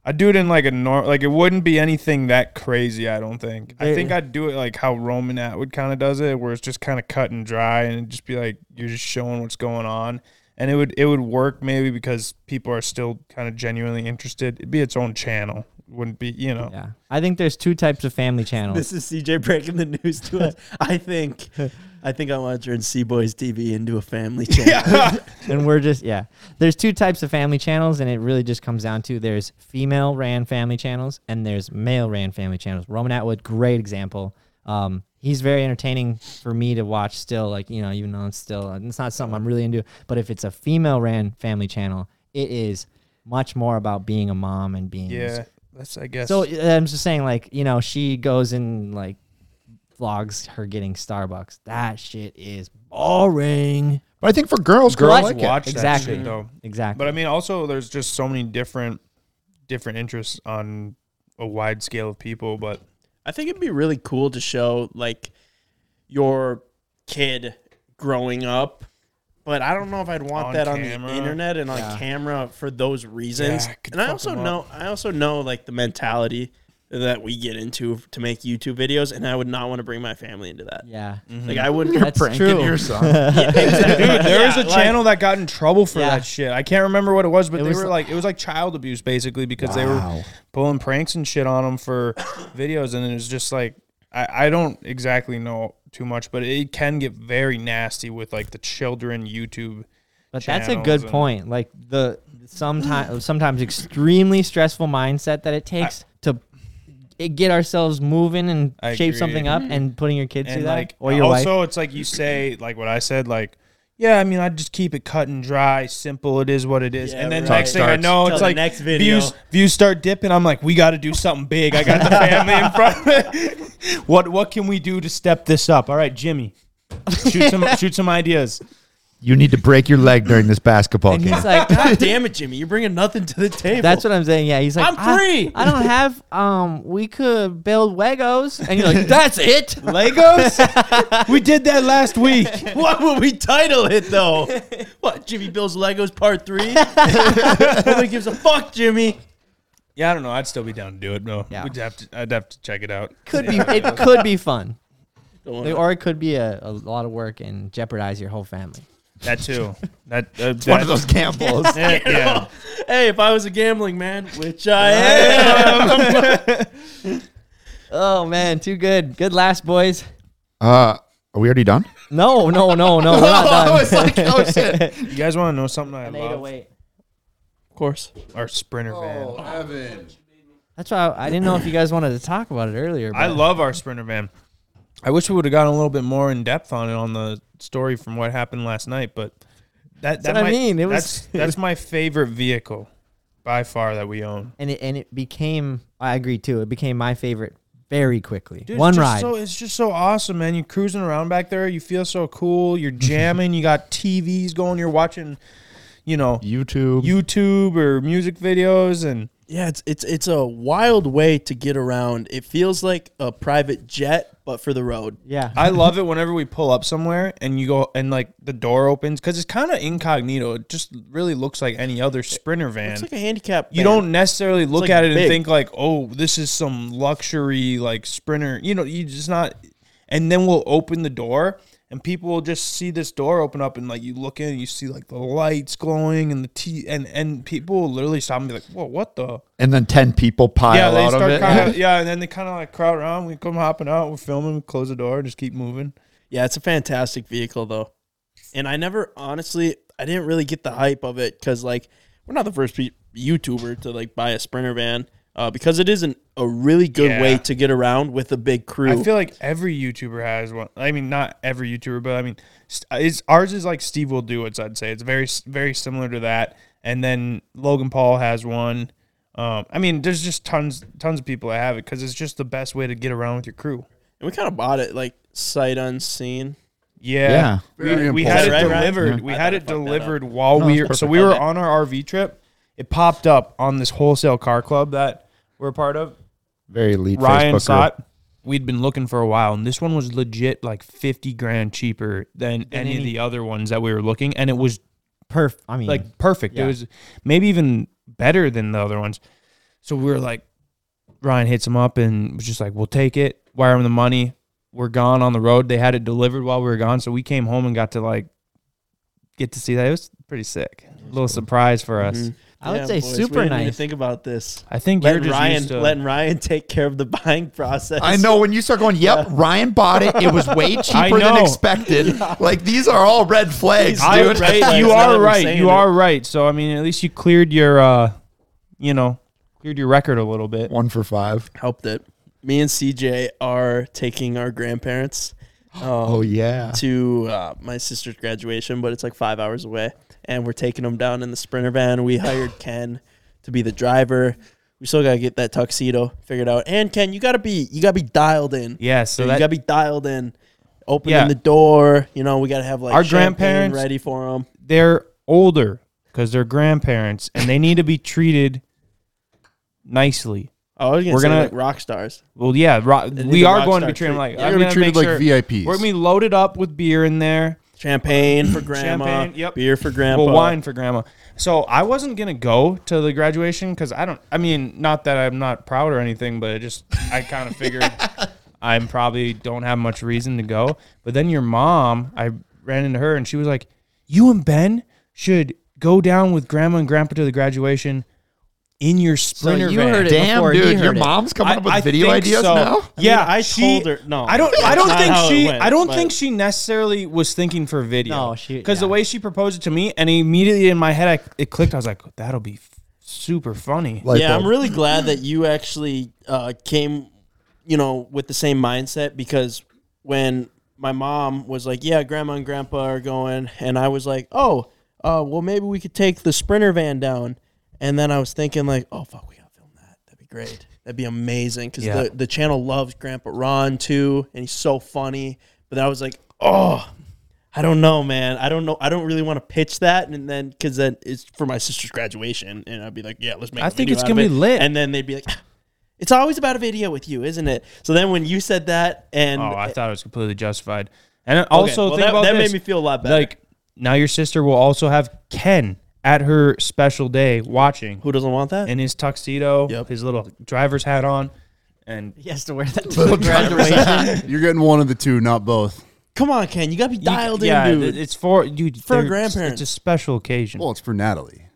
Speaker 1: I'd do it in like a norm. Like it wouldn't be anything that crazy. I don't think. I
Speaker 2: They-
Speaker 1: think I'd do it like how Roman Atwood kind of does it, where it's just kind of cut and dry, and it'd just be like you're just showing what's going on, and it would it would work maybe because people are still kind of genuinely interested. It'd be its own channel. Wouldn't be you know.
Speaker 2: yeah, I think there's two types of family
Speaker 1: Oh.
Speaker 2: channels.
Speaker 3: This is CJ breaking the news to us. I think, I think I want to turn Sea Boys TV into a family channel.
Speaker 2: and we're just yeah there's two types of family channels and it really just comes down to there's female ran family channels and there's male ran family channels roman atwood great example um, he's very entertaining for me to watch still like you know even though it's still uh, it's not something i'm really into but if it's a female ran family channel it is much more about being a mom and being
Speaker 1: Yeah, that's I guess.
Speaker 2: so uh, I'm just saying, like you know, she goes and like vlogs her getting Starbucks. That shit is boring.
Speaker 4: But I think for girls, girls
Speaker 2: Girls
Speaker 4: like it.
Speaker 1: watch
Speaker 2: Exactly.
Speaker 1: that shit though.
Speaker 2: Exactly.
Speaker 1: But I mean, also there's just so many different different interests on a wide scale of people. But
Speaker 3: I think it'd be really cool to show like your kid growing up, but I don't know if I'd want
Speaker 1: On
Speaker 3: that on
Speaker 1: camera.
Speaker 3: the internet and on camera for those reasons.
Speaker 1: Yeah, it could
Speaker 3: and I
Speaker 1: fuck
Speaker 3: also
Speaker 1: 'em
Speaker 3: know I also know like the mentality that we get into to make YouTube videos, and I would not want to bring my family into that.
Speaker 2: yeah.
Speaker 3: Like I wouldn't.
Speaker 2: That's true.
Speaker 1: dude, Mm-hmm. there was a
Speaker 3: like-
Speaker 1: channel that got in trouble for
Speaker 2: Yeah.
Speaker 1: that shit. I can't remember what it was, but
Speaker 2: It
Speaker 1: they
Speaker 2: was
Speaker 1: were like it was like child abuse basically because they were pulling pranks and shit on them for videos, and it was just like I, I don't exactly know too much, but it can get very nasty with like the children YouTube.
Speaker 2: But that's a
Speaker 1: channels
Speaker 2: good
Speaker 1: and-
Speaker 2: point. Like the sometimes sometimes extremely stressful mindset that it takes to i- get ourselves moving and
Speaker 1: I
Speaker 2: shape
Speaker 1: agree.
Speaker 2: something up and putting your kids through
Speaker 1: and
Speaker 2: that
Speaker 1: like
Speaker 2: Mm-hmm. or your wife.
Speaker 1: also it's like you say like what i said like yeah i mean i just keep it cut and dry simple it is what it is
Speaker 3: Yeah,
Speaker 1: and then
Speaker 3: right.
Speaker 1: next thing i
Speaker 4: Starts.
Speaker 1: know
Speaker 3: Till
Speaker 1: it's
Speaker 3: the
Speaker 1: like
Speaker 3: next video.
Speaker 1: views views start dipping i'm like we got to do something big i got the family in front of me what what can we do to step this up all right jimmy shoot some shoot some ideas
Speaker 4: You need to break your leg during this basketball
Speaker 2: And
Speaker 4: game.
Speaker 2: he's like,
Speaker 3: God damn it, Jimmy! You're bringing nothing to the table.
Speaker 2: that's what I'm saying. Yeah, he's like,
Speaker 3: I'm
Speaker 2: "I-
Speaker 3: free."
Speaker 2: I, don't have. Um, we could build Legos, and you're like, that's it.
Speaker 1: legos we did that last week
Speaker 3: What would we title it though? what Jimmy Bill's Legos Part Three? Nobody gives a fuck, Jimmy.
Speaker 1: yeah i don't know i'd still be down to do it no
Speaker 2: Yeah.
Speaker 1: we'd have to i'd have to check it out
Speaker 2: Could be. It could be fun. Or it could be a, a lot of work and jeopardize your whole family.
Speaker 1: that too that, uh, that
Speaker 4: One of those gambles.
Speaker 1: yeah, yeah.
Speaker 3: Hey, if I was a gambling man, which I am,
Speaker 2: Oh man, too good. Good last, boys.
Speaker 4: Uh, are we already done?
Speaker 2: No, no, no, no. We're not done.
Speaker 4: like, oh shit.
Speaker 1: you guys want to know something i love
Speaker 3: of course.
Speaker 1: our sprinter van
Speaker 5: Evan.
Speaker 2: That's why I, I didn't know if you guys wanted to talk about it earlier. But
Speaker 1: I love our sprinter van. I wish we would have gotten a little bit more in depth on it on the story from what happened last night, but that that
Speaker 2: what I
Speaker 1: might-
Speaker 2: mean. It was-
Speaker 1: that's, that's my favorite vehicle by far that we own.
Speaker 2: and it and it became. I agree too. It became my favorite very quickly.
Speaker 1: Dude, it's
Speaker 2: One
Speaker 1: just
Speaker 2: ride.
Speaker 1: So, it's just so awesome, man. You're cruising around back there. You feel so cool. You're jamming. you got TVs going. You're watching, you know,
Speaker 4: YouTube.
Speaker 1: YouTube or music videos, and
Speaker 3: Yeah, it's it's it's a wild way to get around. It feels like a private jet, but for the road.
Speaker 2: yeah.
Speaker 1: I love it whenever we pull up somewhere and you go and like the door opens because it's kind of incognito. It just really looks like any other sprinter van.
Speaker 3: It's like a handicap.
Speaker 1: you
Speaker 3: van.
Speaker 1: don't necessarily look
Speaker 3: like
Speaker 1: at it
Speaker 3: big.
Speaker 1: and think like, oh, this is some luxury like sprinter. You know, you just not. And then we'll open the door, and people will just see this door open up, and like you look in, and you see like the lights glowing, and the t and and people will literally stop and be like, whoa, what the?
Speaker 4: And then 10 people pile
Speaker 1: yeah, they
Speaker 4: out of
Speaker 1: start
Speaker 4: it.
Speaker 1: kind of yeah, and then they kind of like crowd around. We come hopping out, we're filming, we close the door, just keep moving.
Speaker 3: Yeah, it's a fantastic vehicle though, and I never honestly I didn't really get the hype of it because like we're not the first pe- YouTuber to like buy a sprinter van uh, because it isn't a really good
Speaker 1: Yeah.
Speaker 3: way to get around with a big crew.
Speaker 1: I feel like every YouTuber has one. I mean, not every YouTuber, but I mean, st- it's, ours is like Steve will do it's I'd say it's very s- very similar to that. And then Logan Paul has one. Um, I mean, there's just tons tons of people that have it because it's just the best way to get around with your crew.
Speaker 3: and we kind of bought it like sight unseen.
Speaker 1: Yeah,
Speaker 5: Very
Speaker 1: We, we had it
Speaker 3: impulsive. Right, right.
Speaker 1: delivered. We
Speaker 3: I
Speaker 1: had
Speaker 3: thought I
Speaker 1: it
Speaker 3: fucked that up.
Speaker 1: delivered while we were so we were on our RV trip. It popped up on this wholesale car club that we're a part of.
Speaker 4: Very elite
Speaker 1: Ryan
Speaker 4: Facebook
Speaker 1: saw
Speaker 4: group.
Speaker 1: it. We'd been looking for a while, and this one was legit like fifty grand cheaper than, any, of the other ones that we were looking, and it was
Speaker 2: Perf. I mean,
Speaker 1: like perfect. It was maybe even better than the other ones. So we were like, Ryan hits him up and was just like, "We'll take it. Wire him the money. We're gone on the road. They had it delivered while we were gone, so we came home and got to like get to see that. It was Mm-hmm. pretty sick. A little surprise for us.
Speaker 2: I would
Speaker 3: Yeah,
Speaker 2: say
Speaker 3: boys, we
Speaker 2: super
Speaker 3: didn't even
Speaker 2: nice.
Speaker 3: think about this.
Speaker 1: I think you're
Speaker 3: letting
Speaker 1: just
Speaker 3: Ryan
Speaker 1: used to-
Speaker 3: letting Ryan take care of the buying process.
Speaker 4: I know when you start going, yep, Ryan bought it. It was way cheaper than
Speaker 1: know.
Speaker 4: expected. Like these are all red flags,
Speaker 3: I-
Speaker 4: dude.
Speaker 3: right, like,
Speaker 1: you
Speaker 3: now that
Speaker 1: are
Speaker 3: we're
Speaker 1: right.
Speaker 3: saying
Speaker 1: You
Speaker 3: it.
Speaker 1: are right. So I mean, at least you cleared your, uh, you know, cleared your record a little bit.
Speaker 4: One for five.
Speaker 3: helped it. Me and CJ are taking our grandparents
Speaker 4: Oh yeah.
Speaker 3: to uh, my sister's graduation, but it's like five hours away, and we're taking them down in the sprinter van. We hired Ken to be the driver. We still gotta get that tuxedo figured out. And Ken, you gotta be you gotta be dialed in.
Speaker 1: Yeah, so
Speaker 3: you
Speaker 1: that-
Speaker 3: gotta be dialed in. Opening
Speaker 1: Yeah.
Speaker 3: the door, you know, we gotta have like
Speaker 1: Our
Speaker 3: champagne
Speaker 1: grandparents-
Speaker 3: ready for them.
Speaker 1: they're older because they're grandparents and they need to be treated nicely.
Speaker 3: Oh, I was gonna
Speaker 1: We're
Speaker 3: say
Speaker 1: gonna-
Speaker 3: like rock stars.
Speaker 1: Well, yeah, ro-
Speaker 3: need
Speaker 1: we
Speaker 3: the
Speaker 1: are
Speaker 3: rock
Speaker 1: going to
Speaker 3: star
Speaker 1: be treated like
Speaker 3: treatment.
Speaker 1: I'm
Speaker 5: They're gonna be
Speaker 1: make
Speaker 5: treated
Speaker 1: sure-
Speaker 5: like VIPs.
Speaker 1: We're gonna be loaded up with beer in there.
Speaker 3: Champagne for grandma,
Speaker 1: Champagne, yep.
Speaker 3: beer for grandpa.
Speaker 1: Well, wine for grandma. So I wasn't gonna go to the graduation because I don't. I mean, not that I'm not proud or anything, but it just I kind of figured I'm probably don't have much reason to go. But then your mom, I ran into her and she was like, "You and Ben should go down with grandma and grandpa to the graduation in your sprinter
Speaker 2: you
Speaker 1: van."
Speaker 2: heard it
Speaker 4: Damn,
Speaker 2: before he
Speaker 4: dude,
Speaker 2: heard
Speaker 4: your
Speaker 2: it.
Speaker 4: mom's coming up with
Speaker 1: I
Speaker 4: video
Speaker 1: think
Speaker 4: ideas
Speaker 1: so.
Speaker 4: now.
Speaker 1: Yeah,
Speaker 3: I mean, I
Speaker 1: she,
Speaker 3: told her- no,
Speaker 1: I don't. I
Speaker 3: that's
Speaker 1: don't
Speaker 3: not
Speaker 1: think
Speaker 3: how it
Speaker 1: she.
Speaker 3: went,
Speaker 1: I don't
Speaker 3: but-
Speaker 1: think she necessarily was thinking for video.
Speaker 2: No, she-
Speaker 1: because the
Speaker 2: yeah.
Speaker 1: way she proposed it to me, and immediately in my head, I, it clicked. I was like, "That'll be f- super funny."
Speaker 4: Light
Speaker 3: yeah,
Speaker 4: bulb.
Speaker 3: I'm really glad that you actually uh, came, you know, with the same mindset because when my mom was like, "Yeah, grandma and grandpa are going," and I was like, "Oh, uh, well, maybe we could take the sprinter van down," and then I was thinking like, "Oh fuck, we gotta film that. That'd be great. That'd be amazing because
Speaker 1: Yeah.
Speaker 3: the the channel loves Grandpa Ron too, and he's so funny." But then I was like, "Oh." I don't know, man. I don't know. I don't really want to pitch that, and then because then it's for my sister's graduation, and I'd be like, "Yeah, let's make."
Speaker 1: I
Speaker 3: a
Speaker 1: think
Speaker 3: video
Speaker 1: it's
Speaker 3: out of
Speaker 1: gonna
Speaker 3: it.
Speaker 1: be lit.
Speaker 3: And then they'd be like, "Ah, "It's always about a video with you, isn't it?" So then when you said that, and
Speaker 1: oh, I thought it was completely justified. And also,
Speaker 3: well,
Speaker 1: think
Speaker 3: that-
Speaker 1: about
Speaker 3: that
Speaker 1: this.
Speaker 3: made me feel a lot better.
Speaker 1: Like now, your sister will also have Ken at her special day watching
Speaker 3: who doesn't want that?
Speaker 1: in his tuxedo,
Speaker 3: Yep.
Speaker 1: his little driver's hat on, and
Speaker 2: He has to wear that to the graduation.
Speaker 5: You're getting one of the two, not both.
Speaker 3: Come on, Ken, you gotta be
Speaker 1: You-
Speaker 3: dialed
Speaker 1: yeah,
Speaker 3: in, dude.
Speaker 1: It's for dude
Speaker 3: For
Speaker 1: they're-
Speaker 3: grandparents.
Speaker 1: It's a special occasion.
Speaker 5: Well, it's for Natalie.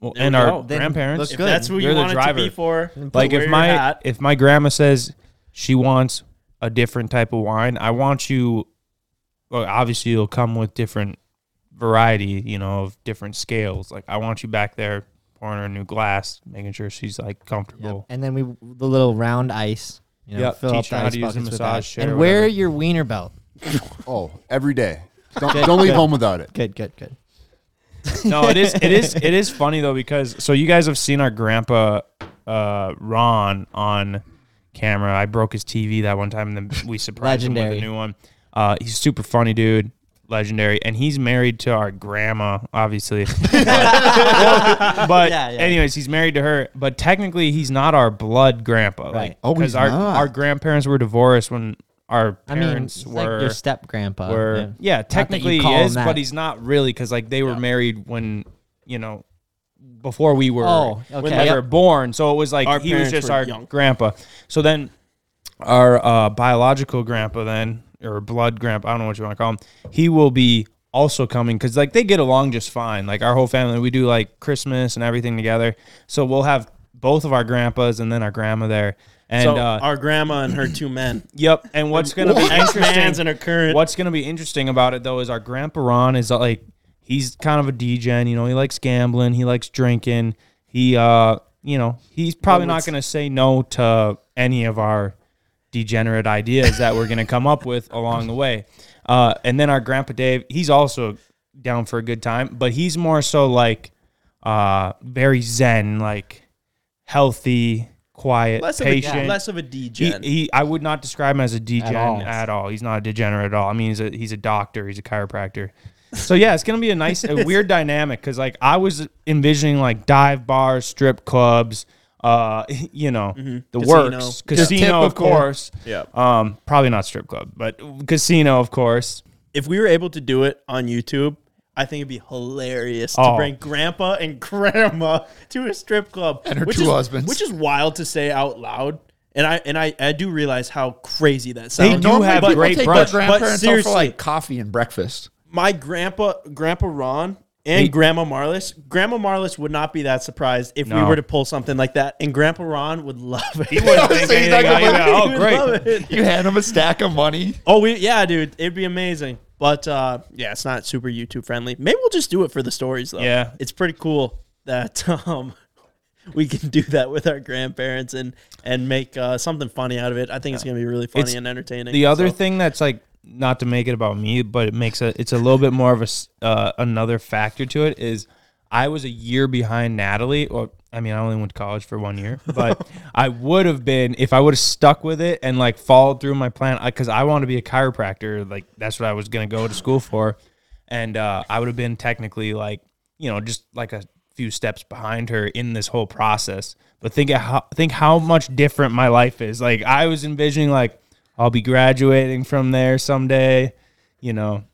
Speaker 1: Well,
Speaker 3: There
Speaker 1: and
Speaker 3: we
Speaker 1: our
Speaker 3: go. Then
Speaker 1: grandparents.
Speaker 3: if that's who you want it to be for,
Speaker 1: like
Speaker 3: wear
Speaker 1: if
Speaker 3: your
Speaker 1: my
Speaker 3: hat.
Speaker 1: if my grandma says she wants a different type of wine, I want you. Well, obviously, it'll come with different variety, you know, of different scales. Like I want you back there pouring her a new glass, making sure she's like comfortable.
Speaker 2: and then we the little round ice. You know,
Speaker 1: Yep,
Speaker 2: fill up
Speaker 1: teach
Speaker 2: the
Speaker 1: her how
Speaker 2: ice
Speaker 1: to use a
Speaker 2: buckets with
Speaker 1: massage
Speaker 2: ice.
Speaker 1: chair or
Speaker 2: And wear
Speaker 1: whatever.
Speaker 2: your wiener belt.
Speaker 5: Oh, every day. Don't, don't leave home without it.
Speaker 2: Good, good, good.
Speaker 1: No, it is it is it is funny though because so you guys have seen our grandpa uh, Ron on camera. I broke his TV that one time, and then we surprised him with
Speaker 2: Legendary.
Speaker 1: a new one. Uh, he's super funny, dude. Legendary, and he's married to our grandma, obviously. but but
Speaker 2: Yeah, yeah.
Speaker 1: anyways, he's married to her. But technically, he's not our blood grandpa,
Speaker 2: Right.
Speaker 1: like
Speaker 4: Oh, he's
Speaker 1: our
Speaker 4: not.
Speaker 1: our grandparents were divorced when our
Speaker 2: I mean,
Speaker 1: parents
Speaker 2: it's
Speaker 1: were
Speaker 2: like your step grandpa.
Speaker 1: were yeah, technically he is, but he's not really because like they were married when you know before we were
Speaker 2: Oh,
Speaker 1: when
Speaker 2: okay.
Speaker 1: they were born. So it was like
Speaker 3: Our
Speaker 1: he was
Speaker 3: parents
Speaker 1: just
Speaker 3: were
Speaker 1: our
Speaker 3: young.
Speaker 1: grandpa. So then our uh, biological grandpa then or blood grandpa, I don't know what you want to call him. He will be also coming because like they get along just fine. Like our whole family, we do like Christmas and everything together. So we'll have both of our grandpas and then our grandma there. And
Speaker 3: so
Speaker 1: uh,
Speaker 3: our grandma and her two men,
Speaker 1: Yep. And what's going to be
Speaker 3: X-Mans
Speaker 1: interesting
Speaker 3: and a current-
Speaker 1: What's going to be interesting about it though is our grandpa Ron is uh, like he's kind of a degen, you know, he likes gambling, he likes drinking. He uh, you know, he's probably not going to say no to any of our degenerate ideas that we're going to come up with along the way. Uh, and then our grandpa Dave, he's also down for a good time, but he's more so like uh very zen, like healthy, quiet,
Speaker 3: less of a
Speaker 1: patient.
Speaker 3: less of a
Speaker 1: He,
Speaker 3: degen.
Speaker 1: he, I would not describe him as a degen at
Speaker 2: all.
Speaker 1: all. He's not a degenerate at all. I mean, he's a he's a doctor. He's a chiropractor. So yeah, it's gonna be a nice, a weird dynamic because like I was envisioning like dive bars, strip clubs, uh, you know, the
Speaker 3: Mm-hmm. Casino.
Speaker 1: works,
Speaker 3: Yeah.
Speaker 1: casino of course.
Speaker 3: Yeah.
Speaker 1: Um, probably not strip club, but casino of course.
Speaker 3: if we were able to do it on YouTube, I think it'd be hilarious to
Speaker 1: Oh.
Speaker 3: bring grandpa and grandma to a strip club and
Speaker 4: her two
Speaker 3: is,
Speaker 4: husbands.
Speaker 3: which is wild to say out loud. And I and I, I do realize how crazy that sounds.
Speaker 1: They do
Speaker 4: Normally
Speaker 1: have
Speaker 4: people
Speaker 1: great
Speaker 4: take
Speaker 1: brunch,
Speaker 4: their
Speaker 1: but
Speaker 4: grandparents out for
Speaker 3: seriously-
Speaker 4: like coffee and breakfast.
Speaker 3: my grandpa grandpa ron and
Speaker 1: Hey.
Speaker 3: grandma marlis grandma marlis would not be that surprised if we
Speaker 1: No.
Speaker 3: were to pull something like that and grandpa ron would love it he
Speaker 4: wouldn't think
Speaker 1: anything about it. Oh,
Speaker 3: would
Speaker 1: great.
Speaker 3: love it.
Speaker 4: You hand them a stack of money.
Speaker 3: oh we, yeah dude it'd be amazing but uh, yeah it's not super youtube friendly maybe we'll just do it for the stories though
Speaker 1: Yeah.
Speaker 3: it's pretty cool that um we can do that with our grandparents and and make uh, something funny out of it i think it's gonna be really funny
Speaker 1: It's-
Speaker 3: and entertaining
Speaker 1: The other
Speaker 3: so-
Speaker 1: thing that's like not to make it about me, but it makes a it's a little bit more of a s- uh, another factor to it is I was a year behind Natalie. Well, I mean, I only went to college for one year, but I would have been if I would have stuck with it and like followed through my plan because I want to be a chiropractor. Like that's what I was gonna go to school for, and uh, I would have been technically like you know just like a few steps behind her in this whole process. But think of how think how much different my life is. Like I was envisioning like I'll be graduating from there someday, you know,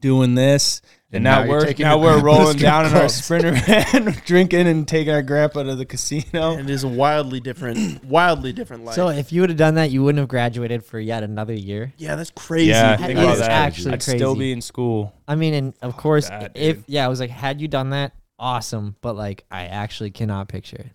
Speaker 1: doing this. And,
Speaker 4: And now
Speaker 1: now,
Speaker 4: you're
Speaker 1: we're
Speaker 4: taking
Speaker 1: now
Speaker 4: your
Speaker 1: we're
Speaker 4: grandpa to
Speaker 1: rolling
Speaker 4: strip
Speaker 1: down in our
Speaker 4: clubs.
Speaker 1: sprinter van, drinking and taking our grandpa to the casino.
Speaker 3: It is a wildly different, wildly different life.
Speaker 2: So if you would have done that, you wouldn't have graduated for yet another year.
Speaker 3: yeah, that's crazy.
Speaker 1: Yeah,
Speaker 2: That
Speaker 1: think about
Speaker 2: is
Speaker 1: that.
Speaker 2: actually
Speaker 1: I'd
Speaker 2: crazy.
Speaker 1: still be in school.
Speaker 2: I mean, and of course,
Speaker 1: that,
Speaker 2: if
Speaker 1: Oh, dude.
Speaker 2: yeah, I was like, had you done that, awesome. But like, I actually cannot picture it.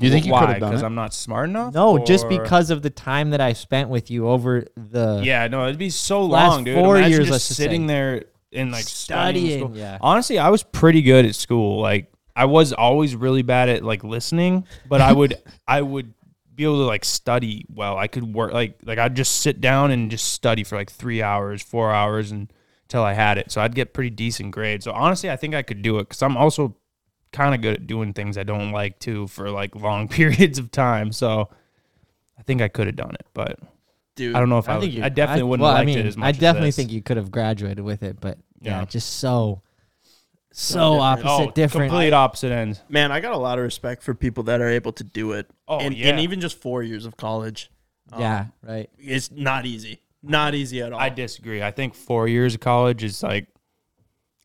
Speaker 4: You think you could
Speaker 1: Why?
Speaker 4: have done it?
Speaker 1: I'm not smart enough.
Speaker 2: No, just
Speaker 1: Or-
Speaker 2: because of the time that I spent with you over the
Speaker 1: Yeah, no, it'd be so
Speaker 2: Last
Speaker 1: long, dude.
Speaker 2: four
Speaker 1: Imagine
Speaker 2: years,
Speaker 1: just
Speaker 2: let's just
Speaker 1: sitting
Speaker 2: say.
Speaker 1: there and like studying.
Speaker 2: Studying,
Speaker 1: school.
Speaker 2: yeah.
Speaker 1: Honestly, I was pretty good at school. Like I was always really bad at like listening, but I would I would be able to like study well. I could work like like I'd just sit down and just study for like three hours, four hours, and until I had it. So I'd get pretty decent grades. So honestly, I think I could do it because I'm also kind of good at doing things I don't like too for like long periods of time. So I think I could have done it, but
Speaker 3: dude.
Speaker 1: I don't know if I, would-
Speaker 2: you-
Speaker 1: I definitely wouldn't
Speaker 2: well,
Speaker 1: have
Speaker 2: I
Speaker 1: liked
Speaker 2: mean,
Speaker 1: it as much.
Speaker 2: I
Speaker 1: as
Speaker 2: definitely
Speaker 1: this.
Speaker 2: think you could have graduated with it, but yeah,
Speaker 1: Yeah.
Speaker 2: just so so,
Speaker 3: different.
Speaker 2: opposite,
Speaker 1: oh,
Speaker 2: different.
Speaker 1: complete opposite ends.
Speaker 3: man, I got a lot of respect for people that are able to do it.
Speaker 1: Oh,
Speaker 3: and,
Speaker 1: yeah.
Speaker 3: and even just four years of college. Um,
Speaker 2: yeah, right.
Speaker 3: it's not easy. Not easy at all.
Speaker 1: I disagree. I think four years of college is like,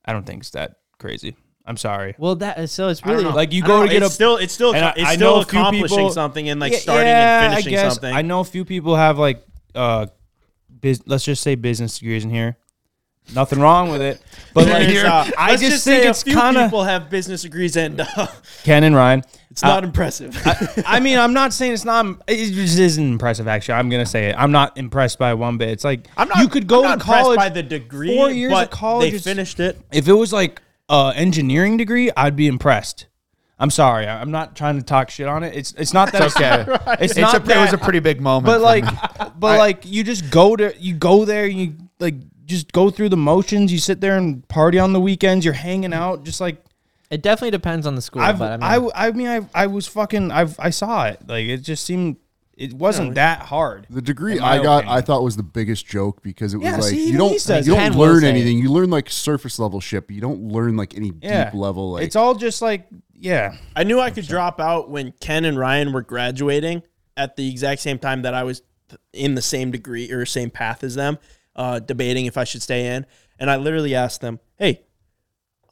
Speaker 1: I don't think it's that crazy. I'm sorry.
Speaker 2: Well, that so it's
Speaker 3: I don't
Speaker 2: really
Speaker 3: know.
Speaker 1: like, you
Speaker 3: I don't
Speaker 1: go to
Speaker 3: know.
Speaker 1: get
Speaker 3: it's
Speaker 1: a-
Speaker 3: still it's still
Speaker 1: And I-
Speaker 3: it's
Speaker 1: I
Speaker 3: still
Speaker 1: know a few
Speaker 3: accomplishing
Speaker 1: people-
Speaker 3: something and like
Speaker 1: Yeah,
Speaker 3: starting
Speaker 1: yeah,
Speaker 3: and finishing
Speaker 1: I guess.
Speaker 3: something.
Speaker 1: I know a few people have like, uh, bus- let's just say business degrees in here. Nothing wrong with it, but like,
Speaker 3: There's, uh,
Speaker 1: I
Speaker 3: let's
Speaker 1: just,
Speaker 3: say
Speaker 1: think
Speaker 3: a
Speaker 1: it's
Speaker 3: few
Speaker 1: kind of
Speaker 3: people have business degrees and uh,
Speaker 1: Ken and Ryan.
Speaker 3: it's not impressive.
Speaker 1: Uh, I mean, I'm not saying it's not. It just isn't impressive. Actually, I'm gonna say it. I'm not impressed by one bit. It's like
Speaker 3: I'm not.
Speaker 1: you could go
Speaker 3: I'm not
Speaker 1: to
Speaker 3: impressed
Speaker 1: college
Speaker 3: by the degree.
Speaker 1: Four years
Speaker 3: but
Speaker 1: of college,
Speaker 3: they
Speaker 1: is-
Speaker 3: finished it.
Speaker 1: If it was like uh, engineering degree, I'd be impressed. I'm sorry, I- I'm not trying to talk shit on it. It's it's not that it's
Speaker 4: okay.
Speaker 1: It's,
Speaker 4: It's
Speaker 1: not
Speaker 4: a,
Speaker 1: that,
Speaker 4: it was a pretty big moment.
Speaker 1: but
Speaker 4: for
Speaker 1: like,
Speaker 4: me.
Speaker 1: but like you just go to you go there, you like just go through the motions. You sit there and party on the weekends. You're hanging out, just like
Speaker 2: it definitely depends on the school,
Speaker 1: I've,
Speaker 2: but I mean,
Speaker 1: I, I mean, I, I was fucking, I've, I saw it. Like it just seemed, it wasn't that hard.
Speaker 5: The degree
Speaker 1: in my
Speaker 5: I got,
Speaker 1: opinion.
Speaker 5: I thought was the biggest joke because it was
Speaker 1: Yeah,
Speaker 5: like
Speaker 1: see,
Speaker 5: you
Speaker 1: even
Speaker 5: don't
Speaker 1: he says
Speaker 5: you
Speaker 2: Ken
Speaker 5: don't
Speaker 2: will
Speaker 5: learn
Speaker 2: say
Speaker 5: anything. You learn like surface level shit, but you don't learn like any
Speaker 1: yeah,
Speaker 5: deep level. Like
Speaker 1: it's all just like, yeah,
Speaker 3: I knew I could drop out when Ken and Ryan were graduating at the exact same time that I was in the same degree or same path as them, uh, debating if I should stay in. And I literally asked them, "Hey,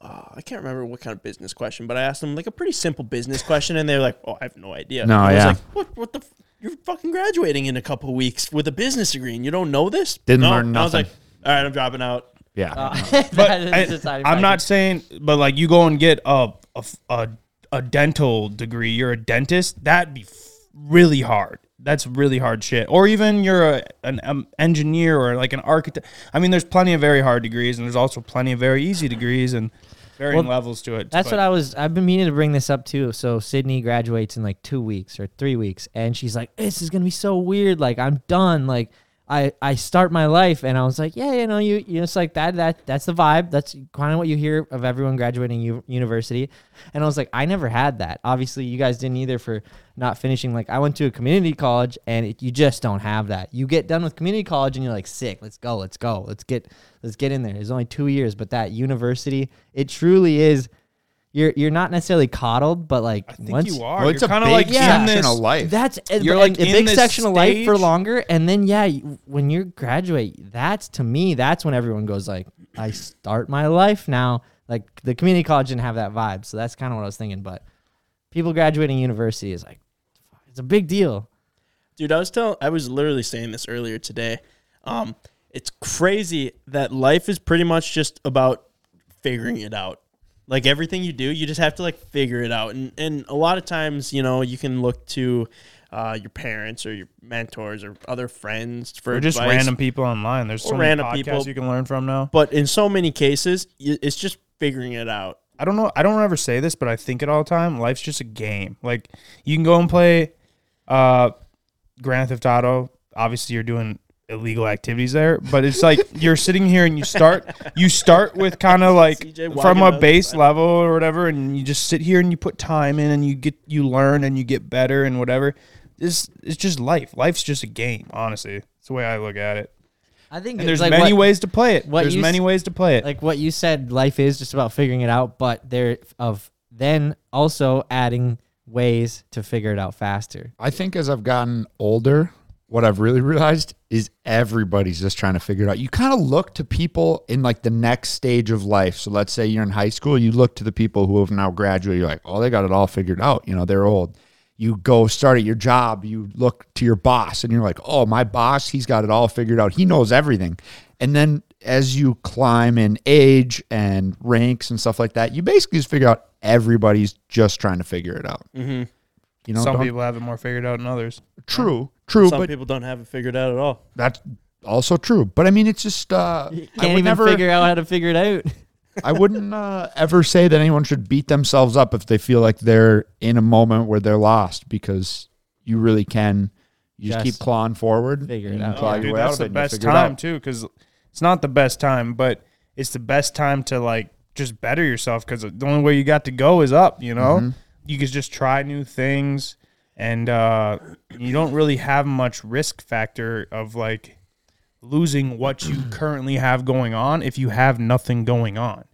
Speaker 3: uh, I can't remember what kind of business question, but I asked them like a pretty simple business question, and they were like, "Oh, I have no idea."
Speaker 4: No,
Speaker 3: I was
Speaker 4: yeah.
Speaker 3: like, "What? What the? F- you're fucking graduating in a couple of weeks with a business degree, and you don't know this?"
Speaker 4: Didn't
Speaker 3: no.
Speaker 4: learn
Speaker 3: And I was like,
Speaker 4: nothing.
Speaker 3: "All right, I'm dropping out."
Speaker 4: yeah.
Speaker 1: uh, but
Speaker 2: that is
Speaker 1: I,
Speaker 2: deciding
Speaker 1: am not
Speaker 2: factor.
Speaker 1: saying, but like you go and get a, a, f- a, a dental degree, you're a dentist, that'd be f- really hard. That's really hard shit. Or even you're a, an um, engineer or like an architect. I mean, there's plenty of very hard degrees, and there's also plenty of very easy degrees and varying levels to it.
Speaker 2: That's
Speaker 1: but-
Speaker 2: what I was. I've been meaning to bring this up too. So Sydney graduates in like two weeks or three weeks, and she's like, "This is gonna be so weird. Like I'm done. Like I I start my life." And I was like, "Yeah, you know, you you know, it's like that that that's the vibe. That's kind of what you hear of everyone graduating u- university." And I was like, "I never had that. Obviously, you guys didn't either for not finishing. Like I went to a community college, and it, you just don't have that. You get done with community college, and you're like, sick. Let's go. Let's go. Let's get." Let's get in there. It's only two years, but that university, it truly is you're you're not necessarily coddled, but like
Speaker 1: I think
Speaker 2: once
Speaker 1: you are.
Speaker 4: well, it's
Speaker 1: you're
Speaker 4: a
Speaker 1: kind
Speaker 4: big
Speaker 1: of like
Speaker 2: Yeah.
Speaker 1: in this.
Speaker 4: section of life.
Speaker 2: that's
Speaker 1: You're,
Speaker 2: you're
Speaker 1: like,
Speaker 2: like a
Speaker 1: in
Speaker 2: big
Speaker 1: this
Speaker 2: section of life for
Speaker 1: stage-
Speaker 2: longer, and then yeah, you, when you graduate, that's to me that's when everyone goes like, I start my life now. Like the community college didn't have that vibe, so that's kind of what I was thinking. But people graduating university is like, it's a big deal.
Speaker 3: dude i was telling i was literally saying this earlier today um it's crazy that life is pretty much just about figuring it out like everything you do you just have to like figure it out and and a lot of times you know you can look to uh, your parents or your mentors or other friends for
Speaker 1: Or just
Speaker 3: advice.
Speaker 1: random people online. There's
Speaker 3: Or
Speaker 1: so many
Speaker 3: random
Speaker 1: podcasts
Speaker 3: people.
Speaker 1: you can learn from now.
Speaker 3: but in so many cases y- it's just figuring it out
Speaker 1: I don't know. I don't ever say this, but I think it all the time. Life's just a game. Like you can go and play uh Grand Theft Auto. Obviously, you're doing illegal activities there, but it's like you're sitting here and you start you start with kind of like
Speaker 3: CJ
Speaker 1: from
Speaker 3: walking
Speaker 1: a
Speaker 3: up.
Speaker 1: base level or whatever, and you just sit here and you put time in and you get you learn and you get better and whatever. This it's just life. Life's just a game, honestly. It's the way I look at it.
Speaker 2: I think
Speaker 1: And there's many ways to play it.
Speaker 2: what
Speaker 1: There's
Speaker 2: you
Speaker 1: many
Speaker 2: s-
Speaker 1: ways to play it.
Speaker 2: like what you said life is just about figuring it out but there of then also adding ways to figure it out faster
Speaker 4: I think as I've gotten older, what I've really realized is everybody's just trying to figure it out. You kind of look to people in like the next stage of life. So let's say you're in high school, you look to the people who have now graduated. You're like, oh, they got it all figured out. You know, they're old. You go start at your job, you look to your boss, and you're like, oh, my boss, he's got it all figured out. He knows everything. And then as you climb in age and ranks and stuff like that, you basically just figure out everybody's just trying to figure it out. You know,
Speaker 1: Some
Speaker 4: don't-
Speaker 1: people have it more figured out than others.
Speaker 4: True, true,
Speaker 3: Some
Speaker 4: but
Speaker 3: people don't have it figured out at all.
Speaker 4: that's also true. But I mean, it's just uh,
Speaker 2: can't
Speaker 4: I would
Speaker 2: even
Speaker 4: never,
Speaker 2: figure out how to figure it out
Speaker 4: I wouldn't uh, ever say that anyone should beat themselves up if they feel like they're in a moment where they're lost because you really can. You just,
Speaker 2: Just
Speaker 4: keep clawing forward,
Speaker 2: figure it
Speaker 4: and you
Speaker 2: out.
Speaker 4: claw
Speaker 2: Oh,
Speaker 4: your
Speaker 1: Dude,
Speaker 4: way out
Speaker 1: that's
Speaker 4: of
Speaker 1: the
Speaker 4: it and you
Speaker 1: best
Speaker 4: figure it out.
Speaker 1: time too, because it's not the best time, but it's the best time to like just better yourself because the only way you got to go is up. You know,
Speaker 4: Mm-hmm.
Speaker 1: you can just try new things, and uh, you don't really have much risk factor of like losing what you currently have going on if you have nothing going on.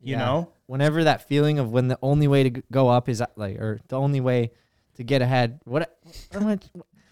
Speaker 1: You
Speaker 2: Yeah.
Speaker 1: know,
Speaker 2: whenever that feeling of when the only way to g- go up is at- like or the only way to get ahead what, what am I-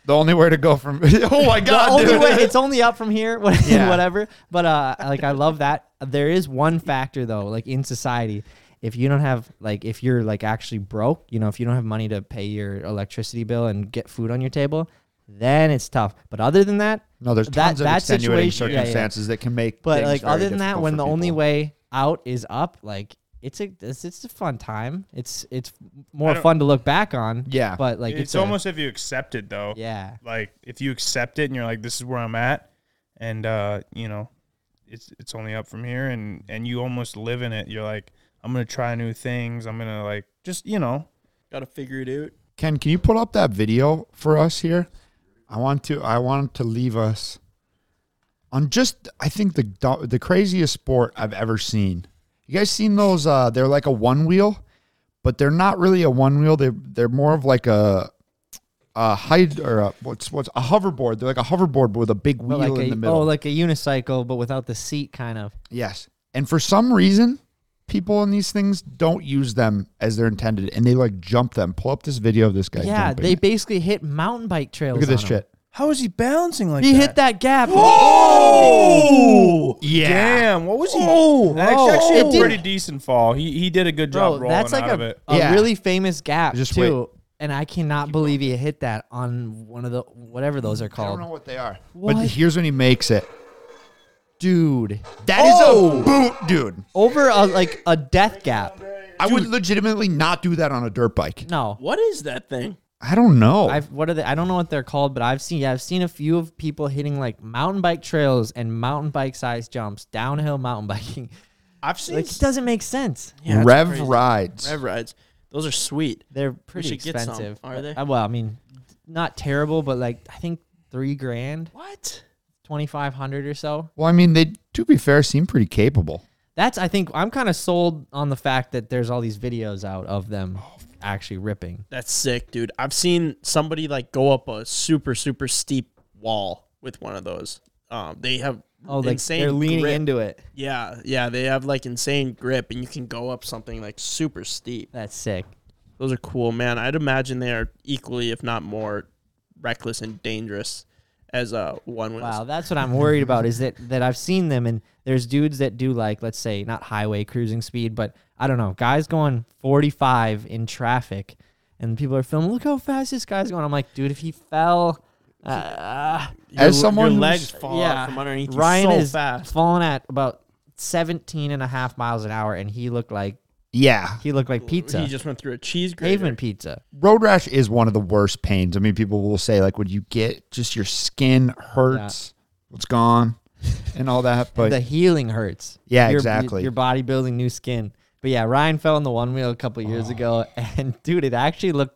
Speaker 4: The only way to go from oh my
Speaker 2: the
Speaker 4: god,
Speaker 2: only
Speaker 4: dude.
Speaker 2: way it's only up from here what-
Speaker 4: Yeah.
Speaker 2: whatever but uh like i love that there is one factor though like in society if you don't have like if you're like actually broke you know if you don't have money to pay your electricity bill and get food on your table then it's tough but other than that
Speaker 4: no, there's
Speaker 2: that-
Speaker 4: tons of
Speaker 2: that
Speaker 4: extenuating
Speaker 2: situation- yeah, yeah.
Speaker 4: circumstances that can make.
Speaker 2: but
Speaker 4: things
Speaker 2: like
Speaker 4: very
Speaker 2: other than that
Speaker 4: difficult
Speaker 2: when
Speaker 4: for
Speaker 2: the only
Speaker 4: people.
Speaker 2: way out is up like it's a it's, it's a fun time it's it's more
Speaker 1: don't-
Speaker 2: fun to look back on
Speaker 4: Yeah.
Speaker 2: but like
Speaker 1: it's,
Speaker 2: it's, a-
Speaker 1: almost if you accept it though.
Speaker 2: yeah
Speaker 1: like if you accept it and you're like this is where i'm at and uh you know it's it's only up from here and and you almost live in it you're like i'm gonna try new things i'm gonna like just you know
Speaker 3: Got to figure it out.
Speaker 4: Ken, can you pull up that video for us here? I want to I want to leave us on just I think the do- the craziest sport I've ever seen. You guys seen those uh they're like a one wheel, but they're not really a one wheel. They they're more of like a a hide or a, what's what's a hoverboard. They're like a hoverboard but with a big wheel
Speaker 2: But like
Speaker 4: in
Speaker 2: a,
Speaker 4: the middle.
Speaker 2: oh like a unicycle but without the seat kind of
Speaker 4: Yes. And for some reason, people in these things don't use them as they're intended and they like jump them. Pull up this video of this guy.
Speaker 2: yeah
Speaker 4: jumping
Speaker 2: they
Speaker 4: it.
Speaker 2: basically hit mountain bike trails
Speaker 4: Look at
Speaker 2: on
Speaker 4: this
Speaker 2: 'em.
Speaker 4: shit.
Speaker 1: how is he bouncing like
Speaker 2: he
Speaker 1: that?
Speaker 2: hit that gap
Speaker 3: Oh,
Speaker 1: damn what was he that's
Speaker 2: whoa.
Speaker 1: actually
Speaker 2: It
Speaker 1: a
Speaker 2: did-
Speaker 1: pretty decent fall he he did a good job
Speaker 2: bro
Speaker 1: rolling
Speaker 2: that's like
Speaker 1: out of
Speaker 2: a,
Speaker 1: it
Speaker 2: a
Speaker 4: Yeah.
Speaker 2: really famous gap
Speaker 4: Just
Speaker 2: too and i cannot believe he hit that on one of the whatever those are
Speaker 4: I
Speaker 2: called
Speaker 4: don't know what they are. But
Speaker 2: What?
Speaker 4: here's when he makes it. Dude, that is a boot, dude.
Speaker 2: over a like a death gap
Speaker 4: I would legitimately not do that on a dirt bike.
Speaker 2: no
Speaker 3: what is that thing?
Speaker 4: I don't know.
Speaker 2: I've what are they? I don't know what they're called, but I've seen yeah, I've seen a few of people hitting like mountain bike trails and mountain bike size jumps, downhill mountain biking.
Speaker 1: i've seen
Speaker 2: Like it doesn't make sense.
Speaker 3: Yeah, that's
Speaker 4: Rev
Speaker 3: crazy.
Speaker 4: rides.
Speaker 3: Rev rides. Those are sweet.
Speaker 2: They're pretty
Speaker 3: should get some,
Speaker 2: expensive.
Speaker 3: are they?
Speaker 2: Uh, well, I mean, not terrible, but like I think three grand,
Speaker 3: What?
Speaker 2: twenty five hundred or so.
Speaker 4: well, I mean, they to be fair seem pretty capable.
Speaker 2: That's I think I'm kind of sold on the fact that there's all these videos out of them
Speaker 3: Oh,
Speaker 2: actually ripping.
Speaker 3: That's sick, dude. I've seen somebody like go up a super super steep wall with one of those. Um, they have
Speaker 2: Oh, like
Speaker 3: insane
Speaker 2: they're leaning
Speaker 3: grip.
Speaker 2: into it.
Speaker 3: Yeah, yeah, they have like insane grip, and you can go up something like super steep.
Speaker 2: That's sick.
Speaker 3: Those are cool, man. I'd imagine they are equally, if not more, reckless and dangerous as uh one was.
Speaker 2: Wow, that's what I'm worried about is that that I've seen them and there's dudes that do like let's say not highway cruising speed, but I don't know, guys going 45 in traffic and people are filming, look how fast this guy's going. I'm like, dude, if he fell uh,
Speaker 3: Your,
Speaker 4: As
Speaker 3: your
Speaker 4: someone who's-
Speaker 3: legs fall out
Speaker 2: yeah.
Speaker 3: from underneath you
Speaker 2: Ryan
Speaker 3: so
Speaker 2: is
Speaker 3: fast.
Speaker 2: falling at about 17 and a half miles an hour and he looked like
Speaker 4: Yeah.
Speaker 2: he looked like pizza.
Speaker 3: He just went through a cheese grater.
Speaker 2: pavement pizza.
Speaker 4: Road rash is one of the worst pains. I mean, people will say like when you get just your skin hurts, it's gone and all that, but
Speaker 2: the healing hurts.
Speaker 4: Yeah,
Speaker 2: Your-
Speaker 4: exactly.
Speaker 2: Your body building new skin. But yeah, Ryan fell on the one wheel a couple years ago, and dude, it actually looked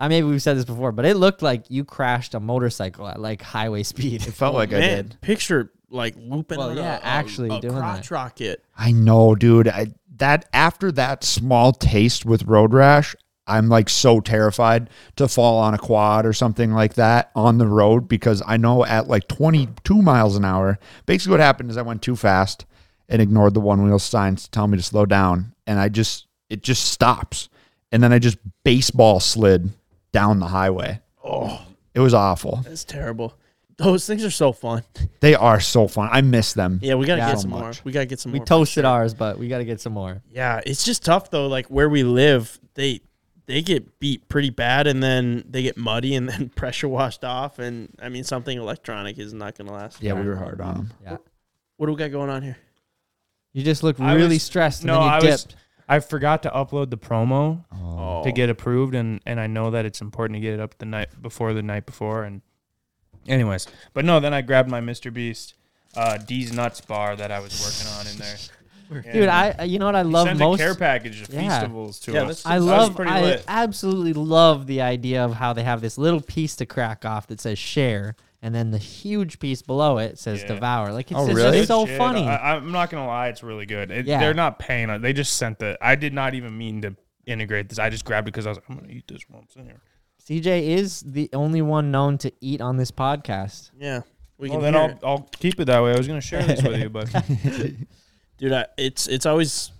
Speaker 2: I maybe we've said this before, but it looked like you crashed a motorcycle at like highway speed.
Speaker 4: It felt like I
Speaker 3: Oh, Man,
Speaker 4: did.
Speaker 3: picture like looping
Speaker 2: Well,
Speaker 3: on
Speaker 2: yeah,
Speaker 3: a,
Speaker 2: actually
Speaker 3: a, a
Speaker 2: doing
Speaker 3: crotch
Speaker 2: that.
Speaker 3: rocket.
Speaker 4: I know, dude. I, that after that small taste with road rash, I'm like so terrified to fall on a quad or something like that on the road because I know at like 22 miles an hour, basically what happened is I went too fast and ignored the one wheel signs to tell me to slow down, and I just it just stops, and then I just baseball slid down the highway.
Speaker 3: Oh,
Speaker 4: It was awful.
Speaker 3: that's terrible. Those things are so fun.
Speaker 4: They are so fun. I miss them.
Speaker 3: Yeah, we gotta
Speaker 4: Yeah.
Speaker 3: get
Speaker 4: So
Speaker 3: some more.
Speaker 4: much.
Speaker 3: We gotta get some
Speaker 2: we
Speaker 3: more.
Speaker 2: toasted ours, but we got to get some more.
Speaker 3: Yeah, it's just tough though. Like where we live, they they get beat pretty bad, and then they get muddy, and then pressure washed off. And I mean, something electronic is not gonna last.
Speaker 4: Yeah, we were hard on them.
Speaker 2: Yeah.
Speaker 3: What do we got going on here?
Speaker 2: You just look
Speaker 1: I
Speaker 2: really
Speaker 1: was-
Speaker 2: stressed and
Speaker 1: no,
Speaker 2: then you
Speaker 1: I was-
Speaker 2: dipped.
Speaker 1: I forgot to upload the promo
Speaker 3: Oh,
Speaker 1: to get approved, and and I know that it's important to get it up the night before the night before. And anyways, but no, then I grabbed my Mr. Beast uh, D's Nuts bar that I was working on in there.
Speaker 2: Dude, I I- you know what I
Speaker 1: He
Speaker 2: love
Speaker 1: sent
Speaker 2: most?
Speaker 1: a care package of
Speaker 2: Yeah.
Speaker 1: festivals to
Speaker 3: Yeah,
Speaker 1: us.
Speaker 3: that's-
Speaker 2: I
Speaker 3: That was
Speaker 2: love
Speaker 1: pretty
Speaker 2: I
Speaker 1: lit.
Speaker 2: absolutely love the idea of how they have this little piece to crack off that says share and then the huge piece below it says
Speaker 1: Yeah.
Speaker 2: devour. Like it's
Speaker 4: Oh,
Speaker 2: just
Speaker 4: really?
Speaker 2: it's so
Speaker 1: Shit,
Speaker 2: funny.
Speaker 1: I, I'm not gonna lie, it's really good. It,
Speaker 2: Yeah.
Speaker 1: They're not paying. us. They just sent the. I did not even mean to integrate this. I just grabbed it because I was. like, I'm gonna eat this once in here.
Speaker 2: CJ is the only one known to eat on this podcast.
Speaker 3: yeah. We
Speaker 1: Well,
Speaker 3: can
Speaker 1: then
Speaker 3: hear
Speaker 1: I'll,
Speaker 3: it.
Speaker 1: I'll keep it that way. I was gonna share this with you, but
Speaker 3: dude. I, it's it's always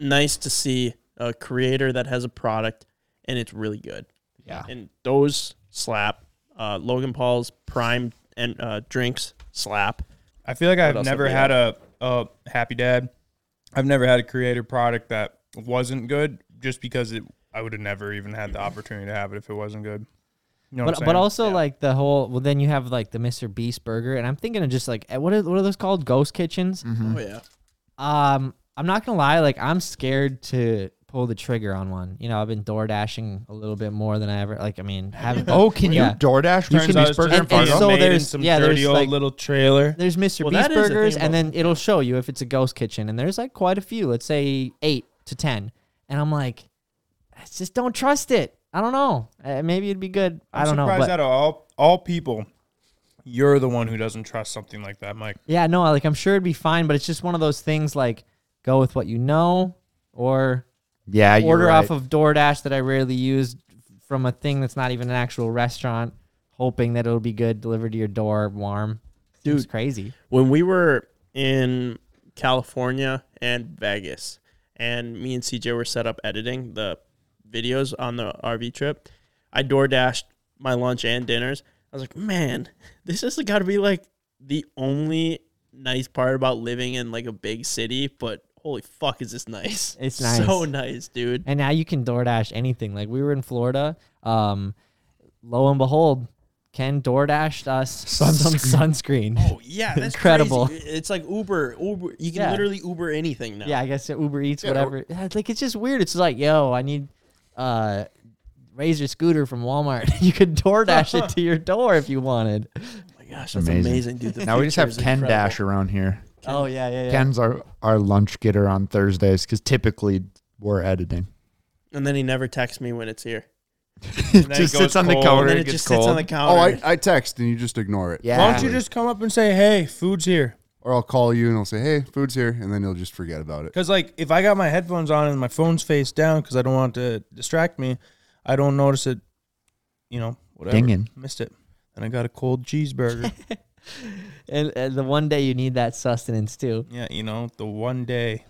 Speaker 3: nice to see a creator that has a product and it's really good.
Speaker 4: Yeah.
Speaker 3: and those slap. Uh, Logan Paul's prime and uh, drinks slap.
Speaker 1: I feel like I've
Speaker 3: else have
Speaker 1: never
Speaker 3: we
Speaker 1: had a, a happy dad. I've never had a creator product that wasn't good, just because it. I would have never even had the opportunity to have it if it wasn't good. You know what
Speaker 2: But
Speaker 1: I'm
Speaker 2: but
Speaker 1: saying?
Speaker 2: also like the whole well then you have like the Mr. Beast burger and I'm thinking of just like eh, what are what are those called? Ghost kitchens?
Speaker 4: Mm-hmm.
Speaker 3: Oh yeah,
Speaker 2: Um, I'm not gonna lie, like I'm scared to pull the trigger on one. You know, I've been door dashing a little bit more than I ever like I mean haven't
Speaker 4: Oh, can
Speaker 2: Yeah.
Speaker 4: you DoorDash
Speaker 1: Turns out
Speaker 4: Mr. Beast
Speaker 1: it's just
Speaker 4: Burger in
Speaker 2: And- and
Speaker 4: Fargo?
Speaker 1: fucking
Speaker 2: so
Speaker 1: made in
Speaker 2: there's-
Speaker 1: some
Speaker 2: yeah,
Speaker 1: dirty
Speaker 2: there's,
Speaker 1: old
Speaker 2: like-
Speaker 1: little trailer.
Speaker 2: There's Mr.
Speaker 3: Well,
Speaker 2: Beast
Speaker 3: that is the thing
Speaker 2: burgers,
Speaker 3: about-
Speaker 2: and then it'll show you if it's a ghost kitchen, and there's like quite a few. Let's say eight to ten, and I'm like, I just don't trust it. I don't know. Uh, maybe it'd be good. I
Speaker 1: I'm
Speaker 2: don't know.
Speaker 1: surprised
Speaker 2: But
Speaker 1: out of all all people, you're the one who doesn't trust something like that, Mike.
Speaker 2: yeah, no, like I'm sure it'd be fine, but it's just one of those things. Like go with what you know, or
Speaker 4: Yeah, you're
Speaker 2: order
Speaker 4: right.
Speaker 2: off of DoorDash that I rarely use from a thing that's not even an actual restaurant, hoping that it'll be good delivered to your door warm. Dude's crazy.
Speaker 3: when we were in California and Vegas, and me and CJ were set up editing the videos on the RV trip, I door dashed my lunch and dinners. I was like, man, this has got to be like the only nice part about living in like a big city, but holy fuck, is this nice?
Speaker 2: It's nice.
Speaker 3: So nice, dude.
Speaker 2: And now you can DoorDash anything. Like we were in Florida. Um, lo and behold, Ken DoorDashed us some sunscreen.
Speaker 3: Oh, yeah, that's
Speaker 2: Incredible.
Speaker 3: crazy. It's like Uber, Uber. You can
Speaker 2: Yeah.
Speaker 3: literally Uber anything now.
Speaker 2: yeah, I guess Uber Eats, whatever. Yeah, it's like it's just weird. It's like, yo, I need uh Razor scooter from Walmart. you could DoorDash it to your door if you wanted.
Speaker 3: Oh my gosh, that's amazing,
Speaker 4: Amazing.
Speaker 3: dude. The
Speaker 4: now we just have
Speaker 3: picture is
Speaker 4: Ken
Speaker 3: incredible.
Speaker 4: Dash around here.
Speaker 2: Oh yeah, yeah, yeah.
Speaker 4: Ken's our, our lunch getter on Thursdays because typically we're editing.
Speaker 3: and then he never texts me when it's here.
Speaker 1: And then it
Speaker 4: just
Speaker 1: goes
Speaker 4: sits on the
Speaker 1: cold.
Speaker 4: counter.
Speaker 3: And then
Speaker 4: it
Speaker 3: it
Speaker 4: gets
Speaker 3: just
Speaker 4: cold.
Speaker 3: sits on the
Speaker 5: Oh,
Speaker 3: counter.
Speaker 5: I, I text and you just ignore it.
Speaker 4: yeah.
Speaker 1: Why don't you just come up and say, "Hey, food's here"?
Speaker 5: Or I'll call you and I'll say, hey, food's here. And then you'll just forget about it.
Speaker 1: Because like, if I got my headphones on and my phone's face down because I don't want it to distract me, I don't notice it. You know, whatever.
Speaker 4: Dinging.
Speaker 1: Missed it, and I got a cold cheeseburger.
Speaker 2: And, and the one day you need that sustenance too.
Speaker 1: yeah, you know, the one day.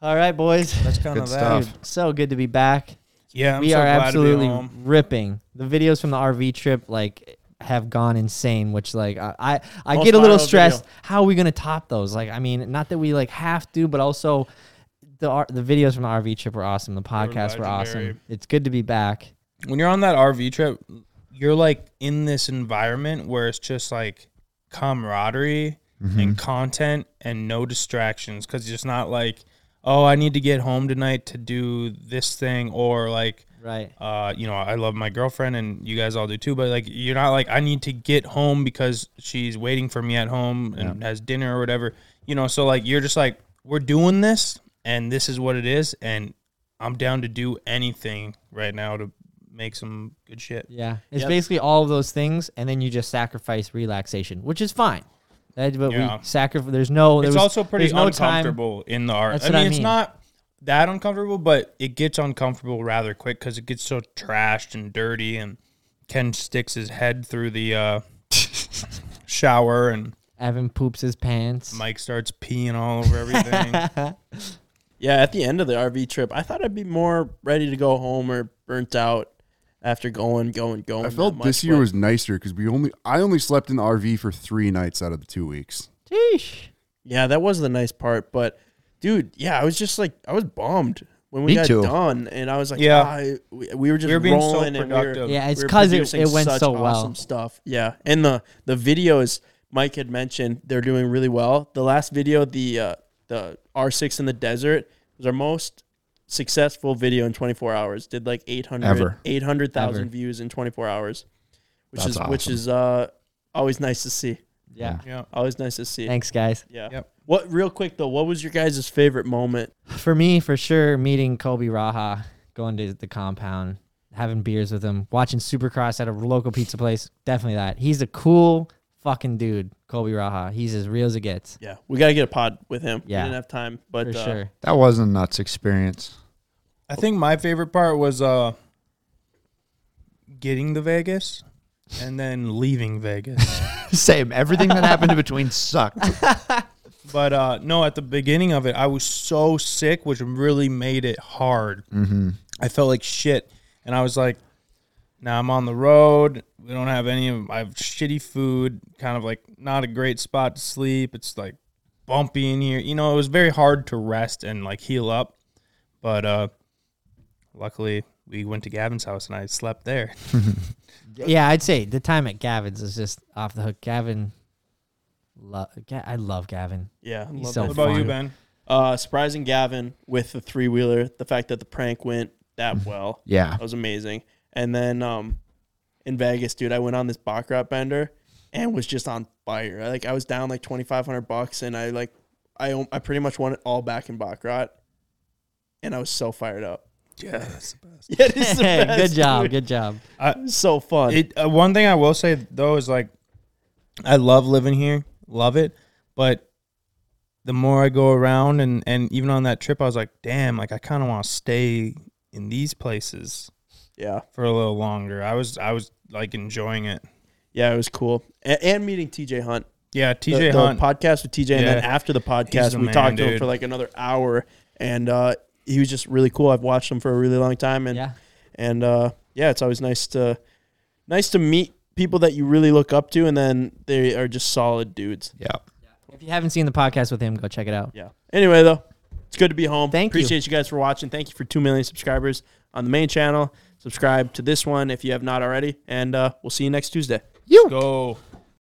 Speaker 2: All right, boys.
Speaker 1: That's kind
Speaker 4: Good
Speaker 1: of that.
Speaker 4: stuff.
Speaker 2: Dude, so good to be back.
Speaker 1: Yeah, I'm
Speaker 2: we
Speaker 1: so
Speaker 2: are
Speaker 1: glad to be
Speaker 2: absolutely
Speaker 1: home.
Speaker 2: ripping the videos from the RV trip. Like have gone insane, which like I I, I
Speaker 3: Most
Speaker 2: get a little
Speaker 3: viral
Speaker 2: stressed.
Speaker 3: video.
Speaker 2: How are we gonna top those? Like I mean, not that we like have to, but also the R- the videos from the RV trip were awesome. The podcasts were
Speaker 1: legendary.
Speaker 2: awesome. It's good to be back.
Speaker 1: when you're on that RV trip, you're like in this environment where it's just like camaraderie and content and no distractions because it's not like, oh, I need to get home tonight to do this thing or like,
Speaker 2: Right.
Speaker 1: uh, you know, I love my girlfriend and you guys all do too, but like, you're not like, I need to get home because she's waiting for me at home and has dinner or whatever, you know, so like, you're just like, we're doing this and this is what it is. And I'm down to do anything right now to make some good shit.
Speaker 2: Yeah. It's
Speaker 3: Yep.
Speaker 2: basically all of those things, and then you just sacrifice relaxation, which is fine. That's what
Speaker 1: Yeah.
Speaker 2: we sacrifice. There's no. There
Speaker 1: it's
Speaker 2: was-
Speaker 1: also pretty
Speaker 2: there's no
Speaker 1: uncomfortable in the art.
Speaker 2: That's
Speaker 1: I
Speaker 2: what
Speaker 1: mean,
Speaker 2: I
Speaker 1: it's
Speaker 2: mean.
Speaker 1: not that uncomfortable, but it gets uncomfortable rather quick because it gets so trashed and dirty. And Ken sticks his head through the uh, shower, and
Speaker 2: Time. Evan poops his pants.
Speaker 1: Mike starts peeing all over everything.
Speaker 3: Yeah, at the end of the RV trip, I thought I'd be more ready to go home or burnt out after going, going, going.
Speaker 5: I
Speaker 3: that
Speaker 5: felt
Speaker 3: much,
Speaker 5: this year
Speaker 3: but
Speaker 5: was nicer because we only I only slept in the RV for three nights out of the two weeks.
Speaker 2: Sheesh.
Speaker 3: Yeah, that was the nice part, but dude, yeah, I was just like, I was bummed when we
Speaker 4: Me
Speaker 3: got
Speaker 4: too.
Speaker 3: done, and I was like,
Speaker 1: Yeah.
Speaker 3: yeah, we, we were just
Speaker 1: We were being so
Speaker 3: rolling and we were-
Speaker 1: productive.
Speaker 2: Yeah, it's
Speaker 3: we were
Speaker 2: 'cause it-
Speaker 3: producing
Speaker 2: it went
Speaker 3: such
Speaker 2: so well.
Speaker 3: awesome stuff. Yeah, and the the videos Mike had mentioned they're doing really well. The last video, the uh, the R six in the desert, was our most successful video in 24 hours. Did like 800
Speaker 4: Ever.
Speaker 3: 800,000
Speaker 2: Ever.
Speaker 3: views in 24 hours, which
Speaker 4: That's
Speaker 3: is which
Speaker 4: awesome.
Speaker 3: is uh always nice to see.
Speaker 2: Yeah.
Speaker 1: yeah.
Speaker 3: Always nice to see.
Speaker 2: Thanks, guys.
Speaker 3: Yeah.
Speaker 1: Yep.
Speaker 3: What real quick though? What was your guys' favorite moment?
Speaker 2: For me, for sure, meeting Kobe Raha, going to the compound, having beers with him, watching Supercross at a local pizza place. Definitely that. He's a cool fucking dude, Kobe Raha. He's as real as it gets.
Speaker 3: Yeah, we got to get a pod with him.
Speaker 2: Yeah.
Speaker 3: we didn't have time, but
Speaker 2: for
Speaker 3: uh,
Speaker 2: sure.
Speaker 4: That was a nuts experience.
Speaker 1: I think my favorite part was uh, getting to Vegas and then leaving Vegas.
Speaker 4: Same. Everything that happened in between sucked.
Speaker 1: But uh, no, at the beginning of it, I was so sick, which really made it hard. Mm-hmm. I felt like shit, and I was like, "Now I'm on the road. We don't have any of. I have shitty food. Kind of like not a great spot to sleep. It's like bumpy in here. You know, it was very hard to rest and like heal up. But uh, luckily, we went to Gavin's house and I slept there.
Speaker 2: Yeah, I'd say the time at Gavin's is just off the hook. Gavin, lo- Ga- I love Gavin.
Speaker 3: yeah, I
Speaker 2: He's
Speaker 3: love
Speaker 2: so
Speaker 3: that.
Speaker 1: What about you,
Speaker 2: fun.
Speaker 1: Ben?
Speaker 3: Uh, surprising Gavin with the three wheeler. The fact that the prank went that well,
Speaker 4: Yeah.
Speaker 3: that was amazing. And then um, in Vegas, dude, I went on this baccarat bender and was just on fire. I, Like I was down like twenty five hundred bucks, and I like I own- I pretty much won it all back in baccarat, and I was so fired up. Yeah, that's the best. yeah, it is the best,
Speaker 2: good job,
Speaker 3: dude.
Speaker 2: good job.
Speaker 3: It was so fun.
Speaker 1: It uh, one thing I will say though is like, I love living here, love it, but the more I go around and and even on that trip, I was like, damn, like I kind of want to stay in these places
Speaker 3: yeah.
Speaker 1: for a little longer. I was I was like enjoying it.
Speaker 3: Yeah, it was cool. A- and meeting TJ Hunt.
Speaker 1: Yeah,
Speaker 3: The-
Speaker 1: TJ
Speaker 3: the
Speaker 1: Hunt.
Speaker 3: podcast with TJ, and
Speaker 1: Yeah.
Speaker 3: then after the
Speaker 1: He's
Speaker 3: podcast,
Speaker 1: the
Speaker 3: we
Speaker 1: man,
Speaker 3: talked to him
Speaker 1: dude.
Speaker 3: for like another hour, and uh, he was just really cool. I've watched him for a really long time, and
Speaker 2: Yeah,
Speaker 3: and uh, yeah, it's always nice to nice to meet people that you really look up to, and then they are just solid dudes.
Speaker 4: Yeah.
Speaker 2: if you haven't seen the podcast with him, go check it out.
Speaker 3: Yeah. Anyway, though, it's good to be home.
Speaker 2: Thank you.
Speaker 3: Appreciate you guys for watching. Thank you for two million subscribers on the main channel. Subscribe to this one if you have not already, and uh, we'll see you next Tuesday.
Speaker 1: Go.